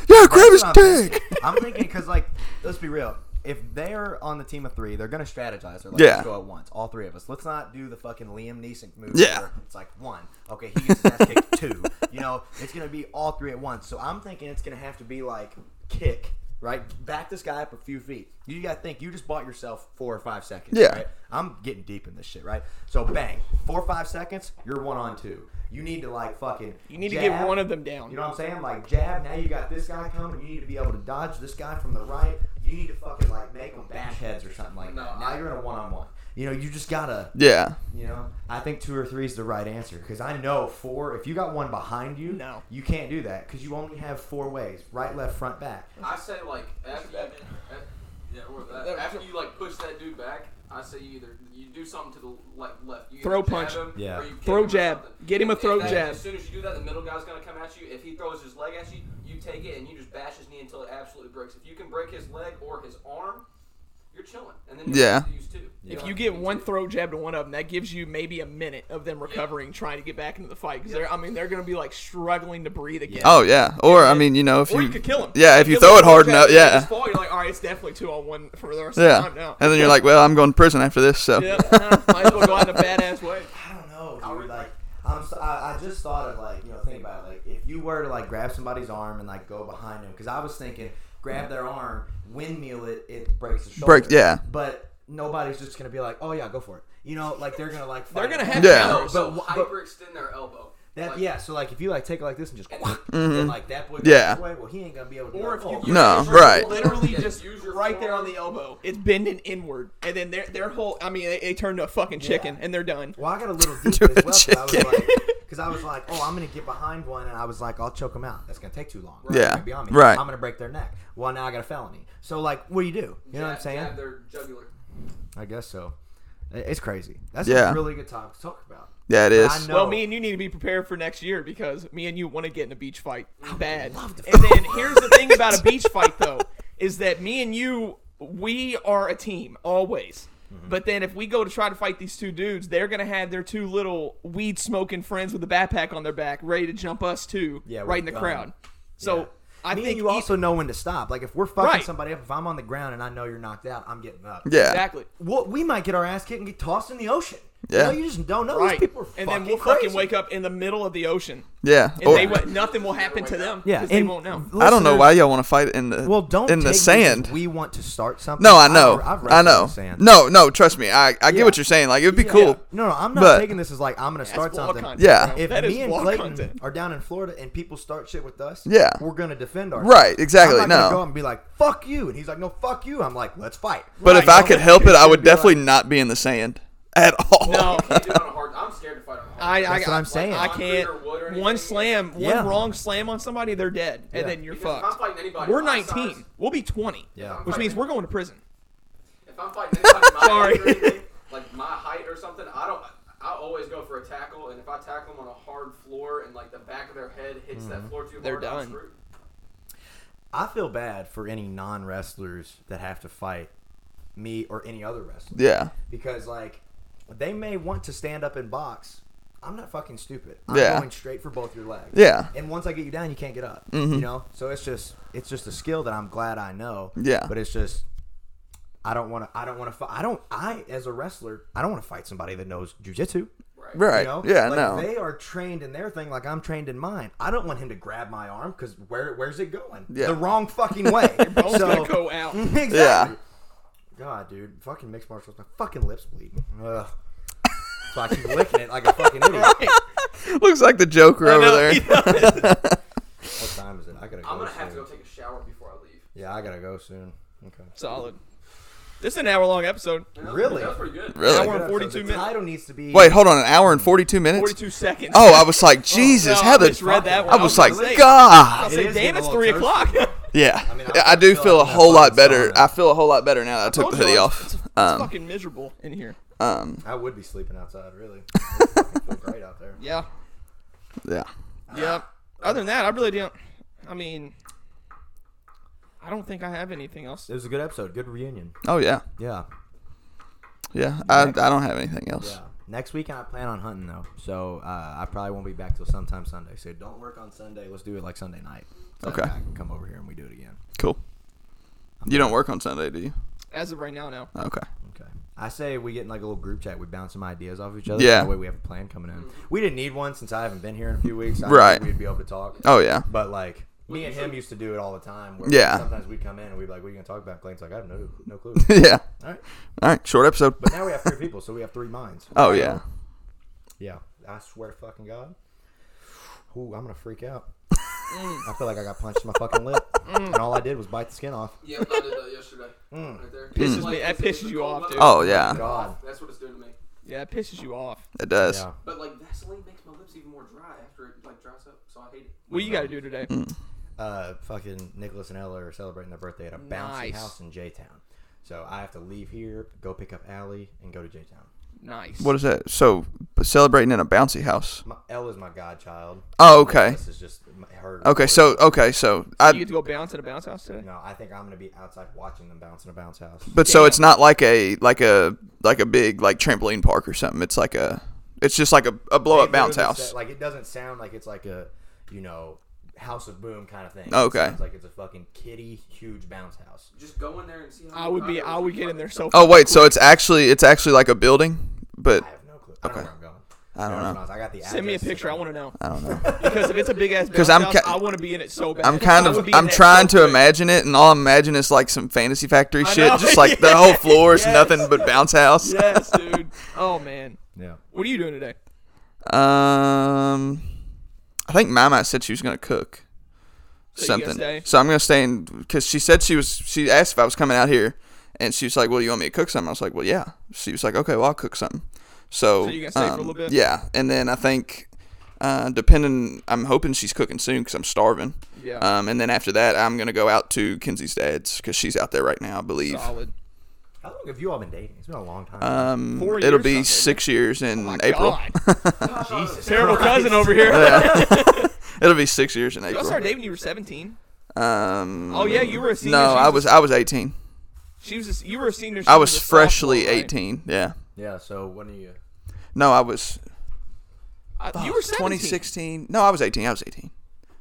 yeah, grab his That's what I'm dick. thinking. I'm thinking because, like, let's be real. If they're on the team of three, they're gonna strategize. They're like, Yeah. let's go at once, all three of us. Let's not do the fucking Liam Neeson move. Yeah. where it's like one. Okay, he gets his ass kicked two. You know, it's gonna be all three at once. So I'm thinking it's gonna have to be like kick. Right, back this guy up a few feet. You gotta think. You just bought yourself four or five seconds. Yeah. right? I'm getting deep in this shit, right? So bang, four or five seconds. You're one on two. You need to like fucking. You need to get jab, one of them down. you know what I'm saying? Like jab. Now you got this guy coming. You need to be able to dodge this guy from the right. You need to fucking like make them bash heads or something like that. Now you're in a one on one. You know, you just gotta. Yeah. You know, I think two or three is the right answer because I know four. If you got one behind you, No. you can't do that because you only have four ways: right, left, front, back. I say like after you, af- yeah, or that. after you like push that dude back, I say you either you do something to the left, left. You either Throw jab punch. him, Yeah. or you kick Throw him or jab. something. Get him a If throw that- jab. As soon as you do that, the middle guy's gonna come at you. If he throws his leg at you, you take it and you just bash his knee until it absolutely breaks. If you can break his leg or his arm, you're chilling. And then you Yeah. have to use two. If you get one throw jab to one of them, that gives you maybe a minute of them recovering, trying to get back into the fight. Because they're, I mean, they're going to be like struggling to breathe again. Oh yeah. Or I mean, you know, if or you, you, could kill him. Yeah, if you Give throw him it a hard jab, enough. if they Yeah. just fall, you're like, all right, it's definitely two on one for the rest of the time Yeah. now. And then you're like, well, I'm going to prison after this. So yeah, uh, might as well go out in a badass way. I don't know, dude. Like, I'm so, I, I just thought of like, you know, think about it. Like, if you were to like grab somebody's arm and like go behind them, because I was thinking, grab their arm, windmill it, it breaks the shoulder. Break- yeah. But nobody's just gonna be like, oh yeah, go for it. You know, like they're gonna like. They're fight. gonna have Yeah. to. But, so but- hyperextend their elbow. That, Like, yeah, so like if you like take it like this and just then like that boy goes Mm-hmm. Yeah. this way, well he ain't gonna be able to. do Or that. if you Oh, use No, your elbow, right. literally Yeah, just use your right there on forearm. the elbow, it's bending inward, and then their their whole. I mean, they, they turn to a fucking chicken, and they're done. Well, I got a little deep as well because I was Chicken. like, because I was like, oh, I'm gonna get behind one, and I was like, I'll choke them out. That's gonna take too long. They're Yeah. gonna be on me. Right. I'm gonna break their neck. Well, now I got a felony. So like, what do you do? You know what I'm jab- saying? Jab their jugular. I guess so. I- It's crazy. That's Yeah. a really good topic to talk about. yeah, it I is. know. Well, me and you need to be prepared for next year because me and you want to get in a beach fight bad. and then here's the thing about a beach fight though is that me and you we are a team always. Mm-hmm. But then if we go to try to fight these two dudes, they're gonna have their two little weed smoking friends with a backpack on their back ready to jump us too. Yeah, right in the with crowd. guns. So Yeah. I me think and you e- also know when to stop. Like if we're fucking Right. somebody up, if I'm on the ground and I know you're knocked out, I'm getting up. Yeah. exactly. Well, we might get our ass kicked and get tossed in the ocean. Yeah. You, know, you just don't know. Right. These people are And fucking then we'll crazy. fucking wake up in the middle of the ocean. Yeah. And Or, they wa- nothing will happen to them. Oh Yeah, 'cause they and won't know. I don't know listeners- why y'all want to fight in the Well, don't in the take this sand. as We want to start something. No, I I've- know. I've I wrestled in know. the sand. No, no, trust me. I, I get Yeah. what you're saying. Like, it would be Yeah. cool. no, no. I'm not But- taking this as like I'm going to start That's wall something. content. Yeah. bro. If That is me and wall Clayton content. are down in Florida and people start shit with us, Yeah. we're going to defend ourselves. Right, exactly, I'm not no. gonna go up and be like, "Fuck you," and he's like, "No, fuck you." I'm like, "Let's fight." But if I Right. could help it, I would Be like- definitely not be in the sand at all. No. Can't do it on a hard. I'm scared to fight on a hard. I, I, That's what I'm saying. I concrete can't. or wood or anything. One slam, one Yeah. wrong slam on somebody, they're dead, Yeah. and then you're Because if I'm fucked. fighting anybody We're my 19. size- We'll be 20. Yeah. Which means we're going to prison. If I'm fighting anybody my Sorry. age or anything, like my height or something, I don't. I always go for a tackle, and if I tackle them on a hard floor and like the back of their head hits that floor too Mm-hmm. They're hard, I'm done. screwed. I feel bad for any non wrestlers that have to fight me or any other wrestler. Yeah. because like they may want to stand up and box. I'm not fucking stupid. I'm Yeah. going straight for both your legs. Yeah. Mm-hmm. And once I get you down, you can't get up. You know. So it's just it's just a skill that I'm glad I know. Yeah. But it's just I don't want to. I don't want to fight. I don't. I as a wrestler, I don't want to fight somebody that knows jujitsu. Right. You know? Yeah, Like, no. They are trained in their thing, like I'm trained in mine. I don't want him to grab my arm because where where's it going? Yeah. The wrong fucking way. Bones so gonna go out. exactly. Yeah. God, dude, fucking mixed martial arts. My fucking lips bleed. Ugh. so I keep licking it like a fucking idiot. Looks like the Joker over there. What time is it? I gotta go. I'm gonna have to soon. go take a shower before I leave. Yeah, I gotta go soon. Okay. Solid. This is an hour long episode. And that was- Really? That was pretty good. Really? Hour and 42 The minutes. title needs to be. Wait, hold on. An hour and 42 minutes? 42 seconds. Oh, I was like, Jesus, no, I Heather. misread that one. I I was was like, gonna say- I'll God. Um, say, is damn, getting a it's little 3 o'clock. Yeah. I, mean, I I do feel feel a like whole I'm lot fucking better. sorry. I feel a whole lot better now that I took Told the you, hoodie it's- off. It's, it's Um, fucking miserable in here. um, I would be sleeping outside, really. I fucking feel great out there. Yeah. yeah. Yeah. Ah. Other than that, I really don't. I mean, I don't think I have anything else. It was a good episode. Good reunion. Oh, yeah. Yeah. Yeah. I, I don't have anything else. Yeah. Next week I plan on hunting though, so uh, I probably won't be back till sometime Sunday. So don't work on Sunday. Let's do it like Sunday night. So Okay. that I can come over here and we do it again. Cool. You don't work on Sunday, do you? As of right now, no. Okay. Okay. I say we get in like a little group chat. We bounce some ideas off each other. Yeah. That way we have a plan coming in. We didn't need one since I haven't been here in a few weeks. I don't Right. think We'd be able to talk. Oh, yeah. But like me and him used to do it all the time. Where Yeah. Sometimes we'd come in and we'd be like, "What are you gonna talk about?" Clayton's like, "I have no no clue." yeah. all right. All right. Short episode. But now we have three people, so we have three minds. Oh, yeah. Yeah, I swear to fucking God. Ooh, I'm gonna freak out. I feel like I got punched in my fucking lip, and all I did was bite the skin off. Yep, I did that yesterday. Mm. Right there. Pisses Like, me- that it's- it's pisses the you cold off, weather. dude. Oh, yeah. God, That's what it's doing to me. Yeah, it pisses you off. It does. yeah. But like Vaseline makes my lips even more dry after it like dries up, so I hate it. What you got to do today? Mm. Uh, fucking Nicholas and Ella are celebrating their birthday at a bouncy Nice. house in J Town, so I have to leave here, go pick up Allie, and go to J Town. Nice. What is that? So, celebrating in a bouncy house. My, Ella's my godchild. Oh, okay. This is just my, her. Okay. So, okay. So, you I. get to go bounce at a bounce house today? no, I think I'm gonna be outside watching them bounce in a bounce house. But so it's not like a like a like a big like trampoline park or something. It's like a it's just like a, a blow up It bounce literally house. sa- like it doesn't sound like it's like a you know House of Boom kind of thing. Okay. It sounds like it's a fucking kitty huge bounce house. Just go in there and see how. I would be. I would get in there so. Oh wait, so it's actually it's actually like a building, but I have no clue. I don't know where I'm going. I don't know. I got the Send me a address. picture. I want to know. I don't know. Because if it's a big ass bounce 'Cause I'm house, ki- I want to be in it so bad. I'm kind I would of be in I'm that trying so to quick. imagine it, and all I imagine is like some fantasy factory I shit. know, Just like the whole floor is yes. nothing but bounce house. Yes, dude. Oh man, Yeah. what are you doing today? Um, I think Mama said she was gonna cook So you gonna something. stay? So I'm gonna stay in because she said she was. She asked if I was coming out here, and she was like, "Well, you want me to cook something?" I was like, "Well, yeah." She was like, "Okay, well, I'll cook something." So, So you gonna stay for a um, little bit? Yeah, and then I think, uh, depending, I'm hoping she's cooking soon because I'm starving. Yeah. Um, and then after that, I'm gonna go out to Kenzie's dad's because she's out there right now, I believe. Solid. How long have you all been dating? It's been a long time. Um, Four it'll years be something. Oh six years in My April. God. Jesus. Terrible cousin over here. It'll be six years in Y'all April. started dating when you were 17. Um, Oh yeah, you were a senior. No, she I was I was 18. She was. A, s- you were a senior. she I was Oh, a freshly sophomore, right? 18. Yeah. Yeah. So when are you? No, I was I- you were 17. 2016. No, I was 18. I was 18.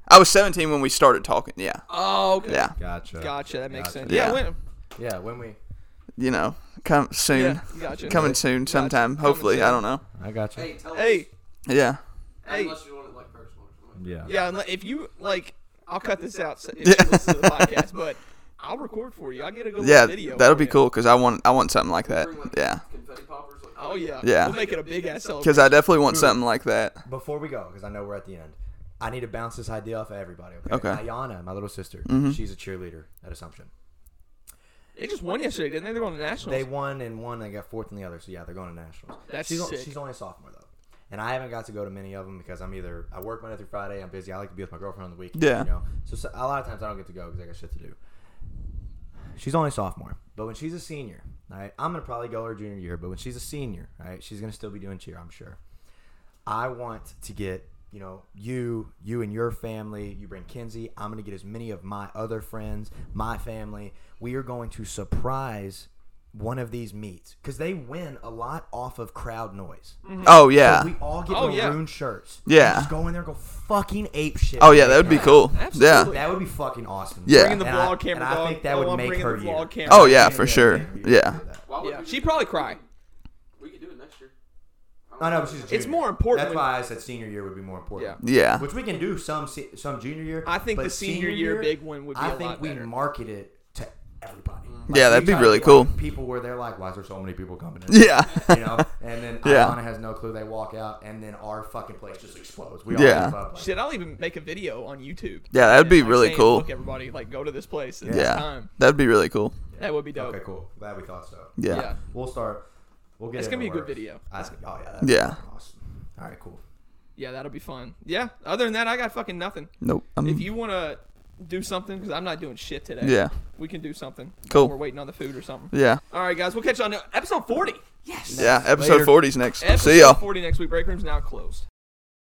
I was 17 when we started talking. Yeah. Oh, okay. Yeah. Gotcha. Gotcha. That makes Gotcha. sense. Yeah. Yeah. when- Yeah. When we? You know, come soon. Yeah, gotcha. Coming soon sometime, Coming hopefully. soon. I don't know. I gotcha. Hey, tell us. Hey, Yeah. hey. Unless you want it like personal. or something. Yeah. yeah. unle- If you like, I'll cut this out so- if you listen to the podcast, but I'll record for you. I'll get a good Yeah. little video. That'll for be you. cool cuz I want I want something like that. Bring, like, Yeah. Confetti poppers. Like, Oh yeah. Yeah. We'll make it a big ass celebration. Cuz I definitely want something like that. Before we go, because I know we're at the end, I need to bounce this idea off of everybody. Okay. Okay. Mm-hmm. Ayana, my little sister, she's a cheerleader at Assumption. They just won yesterday, didn't they? They're going to nationals. They won and one, they got fourth in the other. So yeah, they're going to nationals. That's she's, on- sick. she's only a sophomore though, and I haven't got to go to many of them because I'm either I work Monday through Friday, I'm busy. I like to be with my girlfriend on the weekend. Yeah. You know, so, so a lot of times I don't get to go because I got shit to do. She's only a sophomore, but when she's a senior, all right, I'm gonna probably go her junior year. But when she's a senior, all right, she's gonna still be doing cheer, I'm sure. I want to get, you know, you, you and your family, you bring Kinsey. I'm going to get as many of my other friends, my family. We are going to surprise one of these meets because they win a lot off of crowd noise. Oh So yeah. we all get Mm-hmm. Oh, yeah. maroon shirts. Yeah. Just go in there and go fucking ape shit. Oh yeah, that would be cool. Absolutely. Yeah. That would be fucking awesome. Yeah. Bringing the And vlog I- camera, and I dog. think that Oh, would I'm make bringing her the year. vlog camera. Oh yeah, for sure. Yeah. Why would Yeah, we she'd do probably that? cry. We could do it next year. I I don't know, but she's a It's It's junior. more important That's when- why I said senior year would be more important. Yeah. Yeah. Which we can do some se- some junior year. I think but the senior year big one would be I a think lot we better. market it to everybody. Yeah, that'd be we try to really get, cool. like, people where they're like, why is there so many people coming in? Yeah. You know, and then Yeah. Alana has no clue. They walk out, and then our fucking place just explodes. We Yeah. all up, like, Shit, I'll even make a video on YouTube. Yeah, that'd be Like, really saying, cool. Look, everybody, like go to this place at this Yeah. time. That'd be really cool. That would be dope. Okay, cool. Glad we thought so. Yeah. Yeah. We'll start. We'll get. It's it gonna be in the a good works. video. I- oh yeah. that's Yeah. Awesome. All right, cool. Yeah, that'll be fun. Yeah. Other than that, I got fucking nothing. Nope. I'm, If you wanna do something, because I'm not doing shit today. Yeah. We can do something. Cool. We're waiting on the food or something. yeah. All right, guys. We'll catch you on episode 40. Yeah. Episode Later. 40's next. Episode See y'all. 40 next week. Break room's now closed.